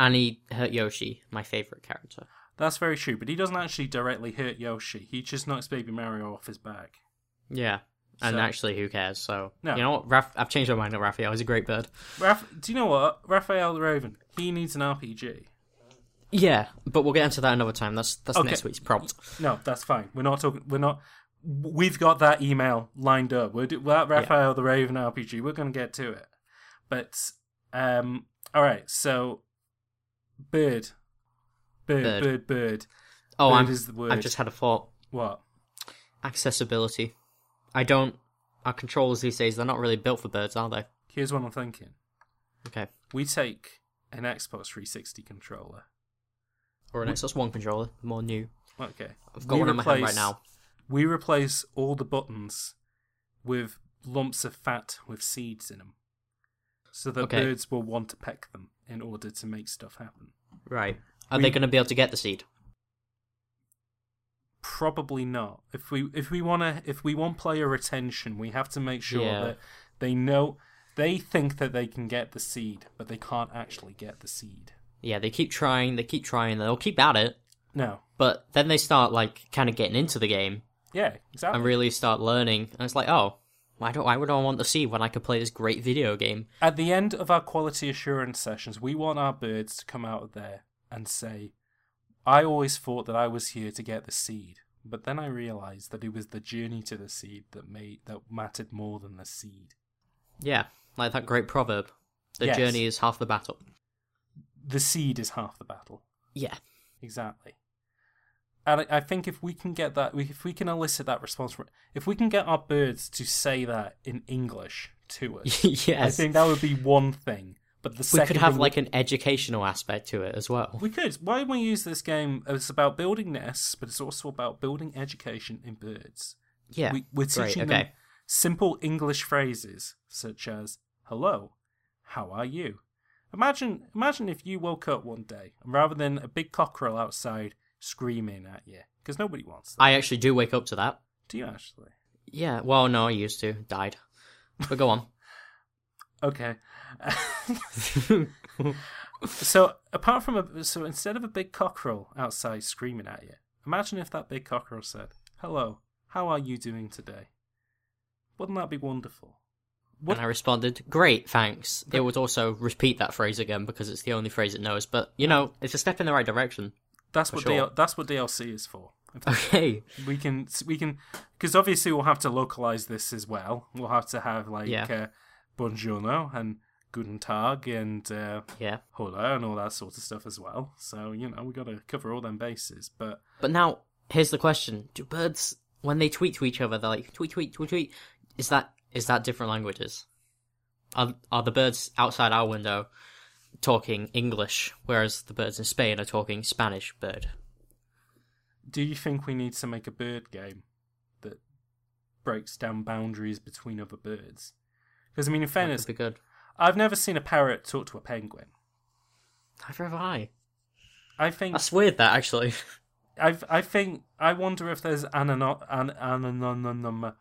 and he hurt Yoshi, my favorite character. That's very true, but he doesn't actually directly hurt Yoshi. He just knocks Baby Mario off his back. Yeah, and So- actually, who cares? So No. you know what? Raph- I've changed my mind on Raphael. He's a great bird. Raph- Do you know what? Raphael the Raven, he needs an RPG. Yeah, but we'll get into that another time. That's that's Okay. next week's prompt. No, that's fine. We're not talking. We're not. We've got that email lined up. We're do, that Raphael the Raven RPG. We're going to get to it. But um, all right. So, bird, bird, bird, Bird. bird. Oh, Bird I'm, is the word. I've just had a thought. What? Accessibility. I don't. Our controllers these days, they're not really built for birds, are they? Here's what I'm thinking. Okay. We take an Xbox 360 controller. Or an Xbox One controller, more new. Okay. I've got We one in my hand right replace- now. We replace all the buttons with lumps of fat with seeds in them, so that Okay. birds will want to peck them in order to make stuff happen. Right. Are We- they going to be able to get the seed? probably not if we if we want to if we want player retention we have to make sure Yeah. that they know they think that they can get the seed but they can't actually get the seed Yeah, they keep trying, they keep trying, they'll keep at it, no but then they start like kind of getting into the game yeah exactly and really start learning. And it's like, oh, why do why would I want to see when I could play this great video game? at the end of our quality assurance sessions we want our birds to come out of there and say i always thought that i was here to get the seed but then i realized that it was the journey to the seed that made that mattered more than the seed Yeah, like that great proverb: the Yes. journey is half the battle. the seed is half the battle Yeah, [LAUGHS] Exactly. And I- I think if we can get that, if we can elicit that response from, if we can get our birds to say that in English to [LAUGHS] us, yes. I think that would be one thing. But the we second could have thing like an educational aspect to it as well. we could. Why don't we use this game? Oh, It's about building nests, but it's also about building education in birds. yeah, we, we're great, teaching them okay. simple English phrases such as "Hello, how are you?" Imagine, imagine if you woke up one day and rather than a big cockerel outside screaming at you, because nobody wants that. I actually do wake up to that. Do you actually? Yeah, well, no, I used to died, but go [LAUGHS] on. [LAUGHS] Okay. so apart from a, so instead of a big cockerel outside screaming at you, imagine if that big cockerel said, "Hello, how are you doing today?" Wouldn't that be wonderful? What- And I responded, "Great, thanks." It would also repeat that phrase again because it's the only phrase it knows. But you know, it's a step in the right direction. That's For what sure. DL- that's what DLC is for. If Okay. we can we can because obviously we'll have to localize this as well. We'll have to have like Yeah. uh, buongiorno and guten tag and uh, Yeah. hola and all that sort of stuff as well. So you know we got to cover all them bases. But But now here's the question: Do birds, when they tweet to each other, they're like tweet, tweet, tweet, tweet? Is that is that different languages? Are are the birds outside our window talking English, whereas the birds in Spain are talking Spanish? Bird. do you think we need to make a bird game that breaks down boundaries between other birds? Because I mean, in That fairness, could be good. I've never seen a parrot talk to a penguin. Neither have I. I think That's weird. That actually. I I think I wonder if there's an an an an an-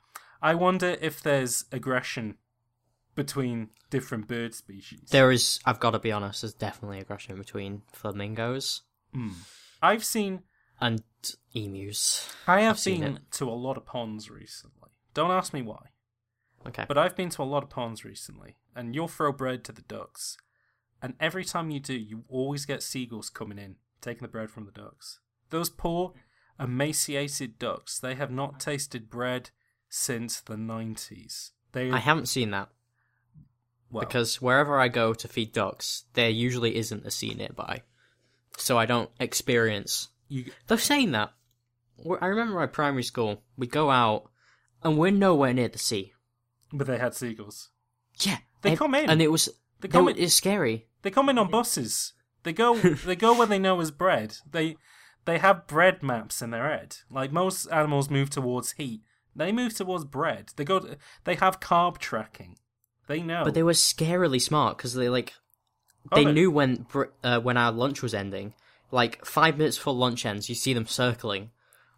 I wonder if there's aggression between different bird species. There is, I've got to be honest, there's definitely aggression between flamingos Mm. I've seen and emus. I have I've seen been to a lot of ponds recently. Don't ask me why, Okay. but I've been to a lot of ponds recently, and you'll throw bread to the ducks, and every time you do, you always get seagulls coming in taking the bread from the ducks. Those poor emaciated ducks, they have not tasted bread since the 90s. They I haven't seen that um, well, because wherever I go to feed ducks, there usually isn't a sea nearby. So I don't experience. you Though saying that, wh- I remember my primary school, we go out and we're nowhere near the sea. but they had seagulls. Yeah. They and- come in. And it was. They no, come it in, is scary. they come in on buses. They go they go where they know is bread. They they have bread maps in their head. Like most animals move towards heat. They move towards bread. They go to, they have carb tracking. They know. But they were scarily smart because they like Oh, they knew when br- uh, when our lunch was ending. Like five minutes before lunch ends, you see them circling,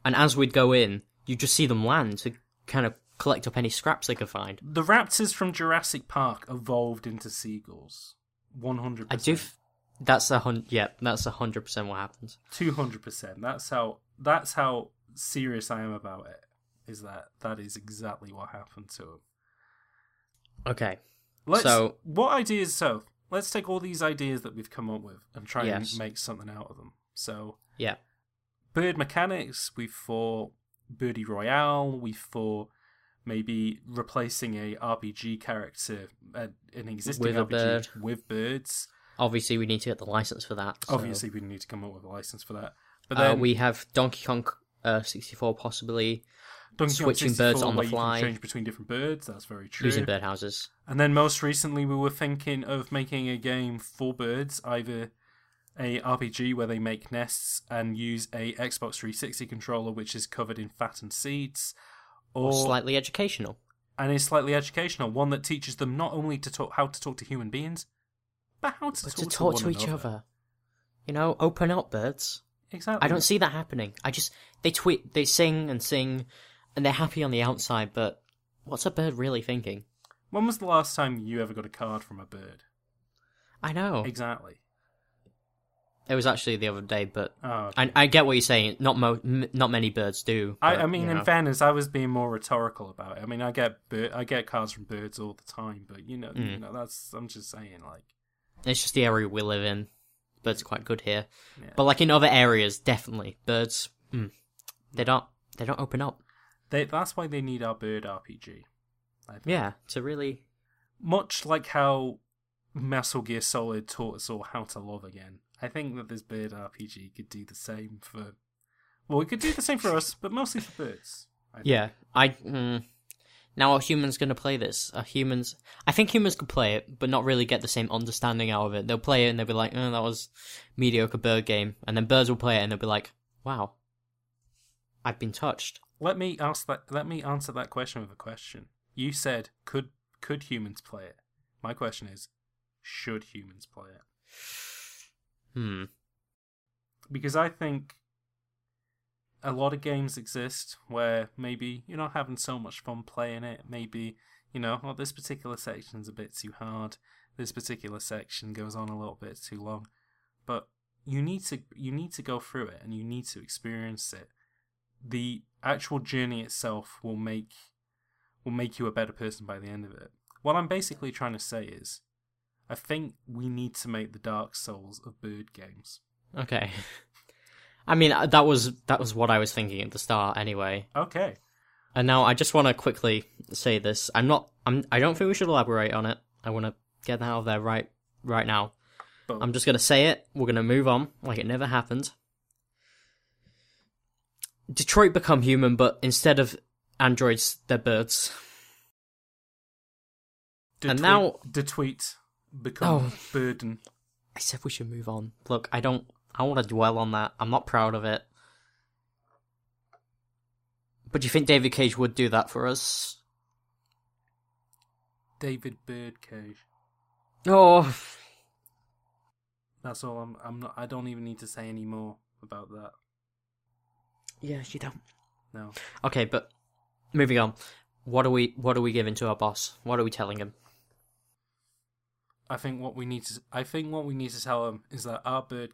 and as we'd go in, you just see them land to kind of collect up any scraps they could find. the raptors from Jurassic Park evolved into seagulls. 100%. I do. F- that's a hundred. Yeah, that's a hundred percent what happens. 200%. That's how that's how serious I am about it. Is that that is exactly what happened to them. Okay. Let's, So- what ideas? So let's take all these ideas that we've come up with and try Yes. and make something out of them. So Yeah. bird mechanics, we for birdie royale, we for maybe replacing a RPG character, a, an existing With a RPG bird. with birds. uh, Oh. Ah, hmm, Hmm. "Oh, oh, Hmm. I [LAUGHS] uh, think what we need to I think what we need to tell them is that our bird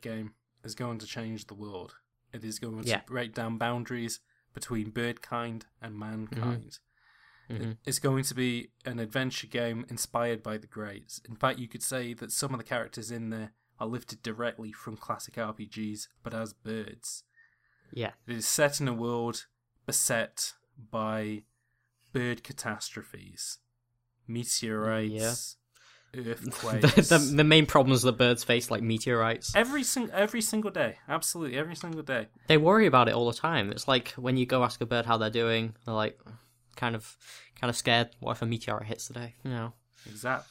game is going to change the world. It is going Yeah. to break down boundaries between bird kind and mankind. It- Mhm. It's going to be an adventure game inspired by the greats. In fact, you could say that some of the characters in there are lifted directly from classic RPGs, but as birds. Yeah. [LAUGHS] It is set in a world beset by bird catastrophes, meteorites, the, [LAUGHS] earthquakes. the, the main problems the birds face, like meteorites, every sing- every single day, absolutely every single day. they worry about it all the time. It's like when you go ask a bird how they're doing, they're like, kind of, kind of scared. What if a meteor hits today? You know. Exactly.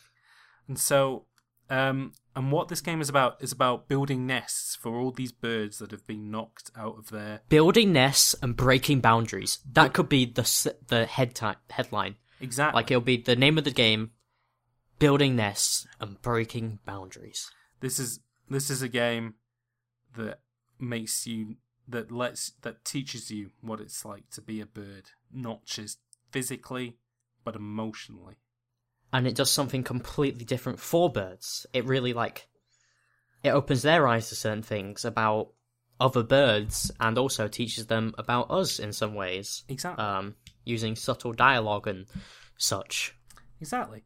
And so, um, and what this game is about is about building nests for all these birds that have been knocked out of their Building nests and breaking boundaries. That could be the s- the head ti- headline. exact. Like it'll be the name of the game: building nests and breaking boundaries. this is this is a game that makes you that lets that teaches you what it's like to be a bird, not just physically but emotionally. and it does something completely different for birds. It really like it opens their eyes to certain things about other birds and also teaches them about us in some ways. Exactly. Um using subtle dialogue and such. Exactly.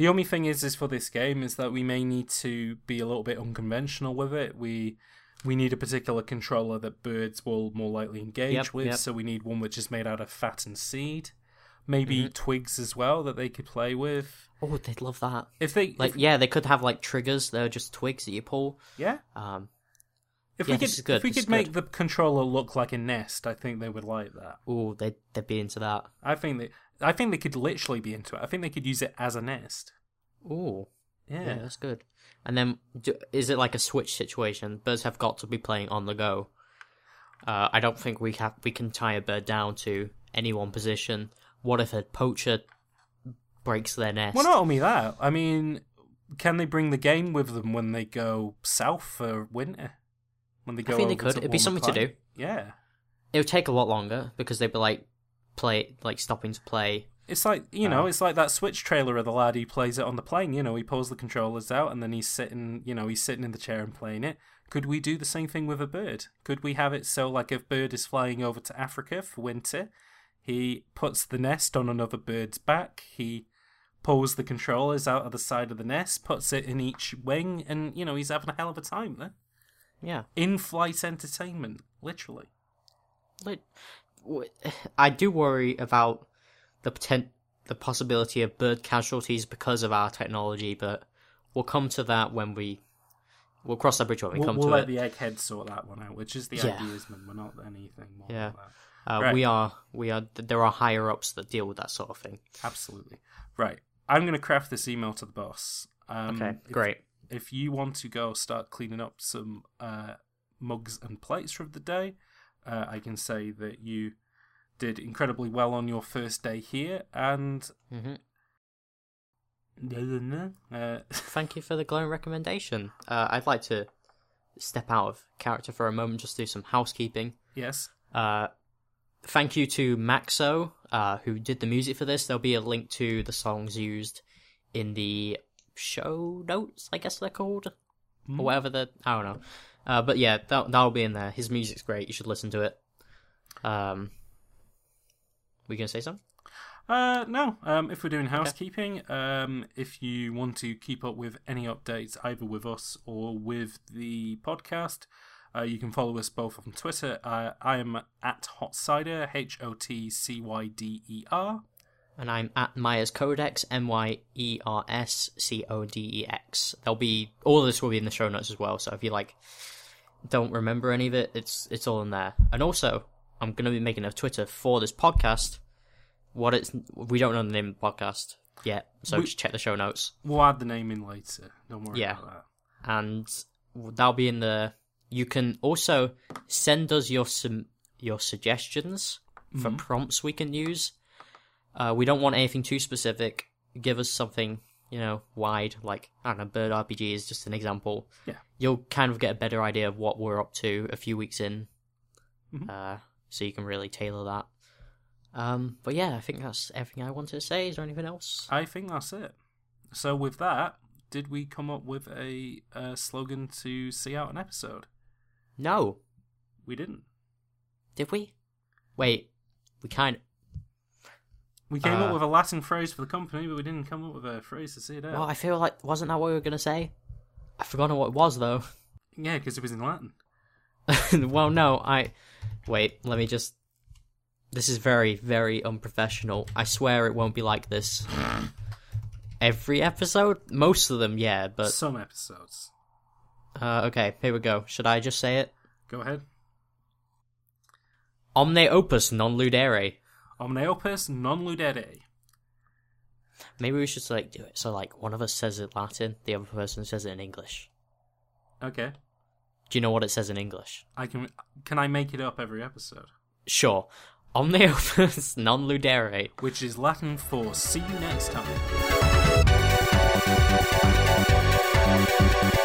The only thing is, is for this game is that we may need to be a little bit unconventional with it. We we need a particular controller that birds will more likely engage Yep, with. yep. So we need one which is made out of fat and seed, maybe Mm-hmm. twigs as well that they could play with. Oh, they'd love that. If they, Like if- yeah, they could have like triggers, they're just twigs that you pull. yeah, Um if yeah, we this is could, good, if we this is could make the controller look like a nest, I think they would like that. ooh, they'd they'd be into that. I think they, I think they could literally be into it. I think they could use it as a nest. Ooh. Yeah, Yeah, that's good. And then, do, is it like a switch situation? Birds have got to be playing on the go. Uh, I don't think we have we can tie a bird down to any one position. What if a poacher breaks their nest? Well, not only that. I mean, can they bring the game with them when they go south for winter? When they go, think they over could. to It'd be warmer something to climate? do. Yeah, It would take a lot longer because they'd be like play like stopping to play. it's like you know, it's like that Switch trailer of the lad who plays it on the plane. You know, he pulls the controllers out and then he's sitting. You know, he's sitting in the chair and playing it. Could we do the same thing with a bird? Could we have it so like if bird is flying over to Africa for winter, he puts the nest on another bird's back. He pulls the controllers out of the side of the nest, puts it in each wing, and you know he's having a hell of a time there. Yeah, in-flight entertainment, literally. Like, w- I do worry about the potent the possibility of bird casualties because of our technology, but we'll come to that when we we'll cross that bridge when we We'll, come we'll to it. let the egghead sort that one out, which is the Yeah. ideasman. We're not anything more. Yeah. Than that. Uh, Right. We are, we are. th- There are higher ups that deal with that sort of thing. Absolutely. Right. I'm going to craft this email to the boss. Um, if- great. If, you want to go start cleaning up some uh, mugs and plates from the day, uh, I can say that you did incredibly well on your first day here, and [LAUGHS] hmm uh, Thank you for the glowing recommendation. Uh, I'd like to step out of character for a moment, just do some housekeeping. yes, Uh, thank you to Maxo, uh, who did the music for this. There'll be a link to the songs used in the show notes, I guess they're called, Hmm. or whatever the I don't know. Uh, but yeah, that that'll be in there. His music's great. You should listen to it. Um, we gonna say something? Uh, no. Um, if we're doing housekeeping, um, if you want to keep up with any updates, either with us or with the podcast, uh, you can follow us both on Twitter. Uh, I am at Hot Cider, H O T C Y D E R. And I'm at Myers Codex, M Y E R S C O D E X. There'll be all of this will be in the show notes as well. So if you like, don't remember any of it, it's it's all in there. And also, I'm gonna be making a Twitter for this podcast. What it's we don't know the name of the podcast yet, so We- just check the show notes, We'll add the name in later. Don't worry Yeah. about that. and that'll be in the. You can also send us your sum your suggestions for prompts we can use. Uh, we don't want anything too specific. Give us something, you know, wide, like, I don't know, Bird RPG is just an example. Yeah. You'll kind of get a better idea of what we're up to a few weeks in. Uh, so you can really tailor that. Um, Uh, but yeah, I think that's everything I wanted to say. Is there anything else? I think that's it. So with that, did we come up with a uh, slogan to see out an episode? No, We didn't. did we? Wait, we kind. We came Uh, up with a Latin phrase for the company, but we didn't come up with a phrase to see it out. Well, I feel like wasn't that what we were gonna say? I forgot what it was though. [LAUGHS] Yeah, because it was in Latin. well, no, I. Wait, let me just. This is very, very unprofessional. I swear it won't be like this. Every episode? Most of them, yeah, but. Some episodes. Uh, okay, here we go. Should I just say it? Go ahead. Omne opus non ludere. Omne opus non ludere. Maybe we should, like, do it so, like, one of us says it Latin, the other person says it in English. Okay. Do you know what it says in English? I can can I make it up every episode? Sure. Omne opus [LAUGHS] non ludere. Which is Latin for see you next time. Thank you.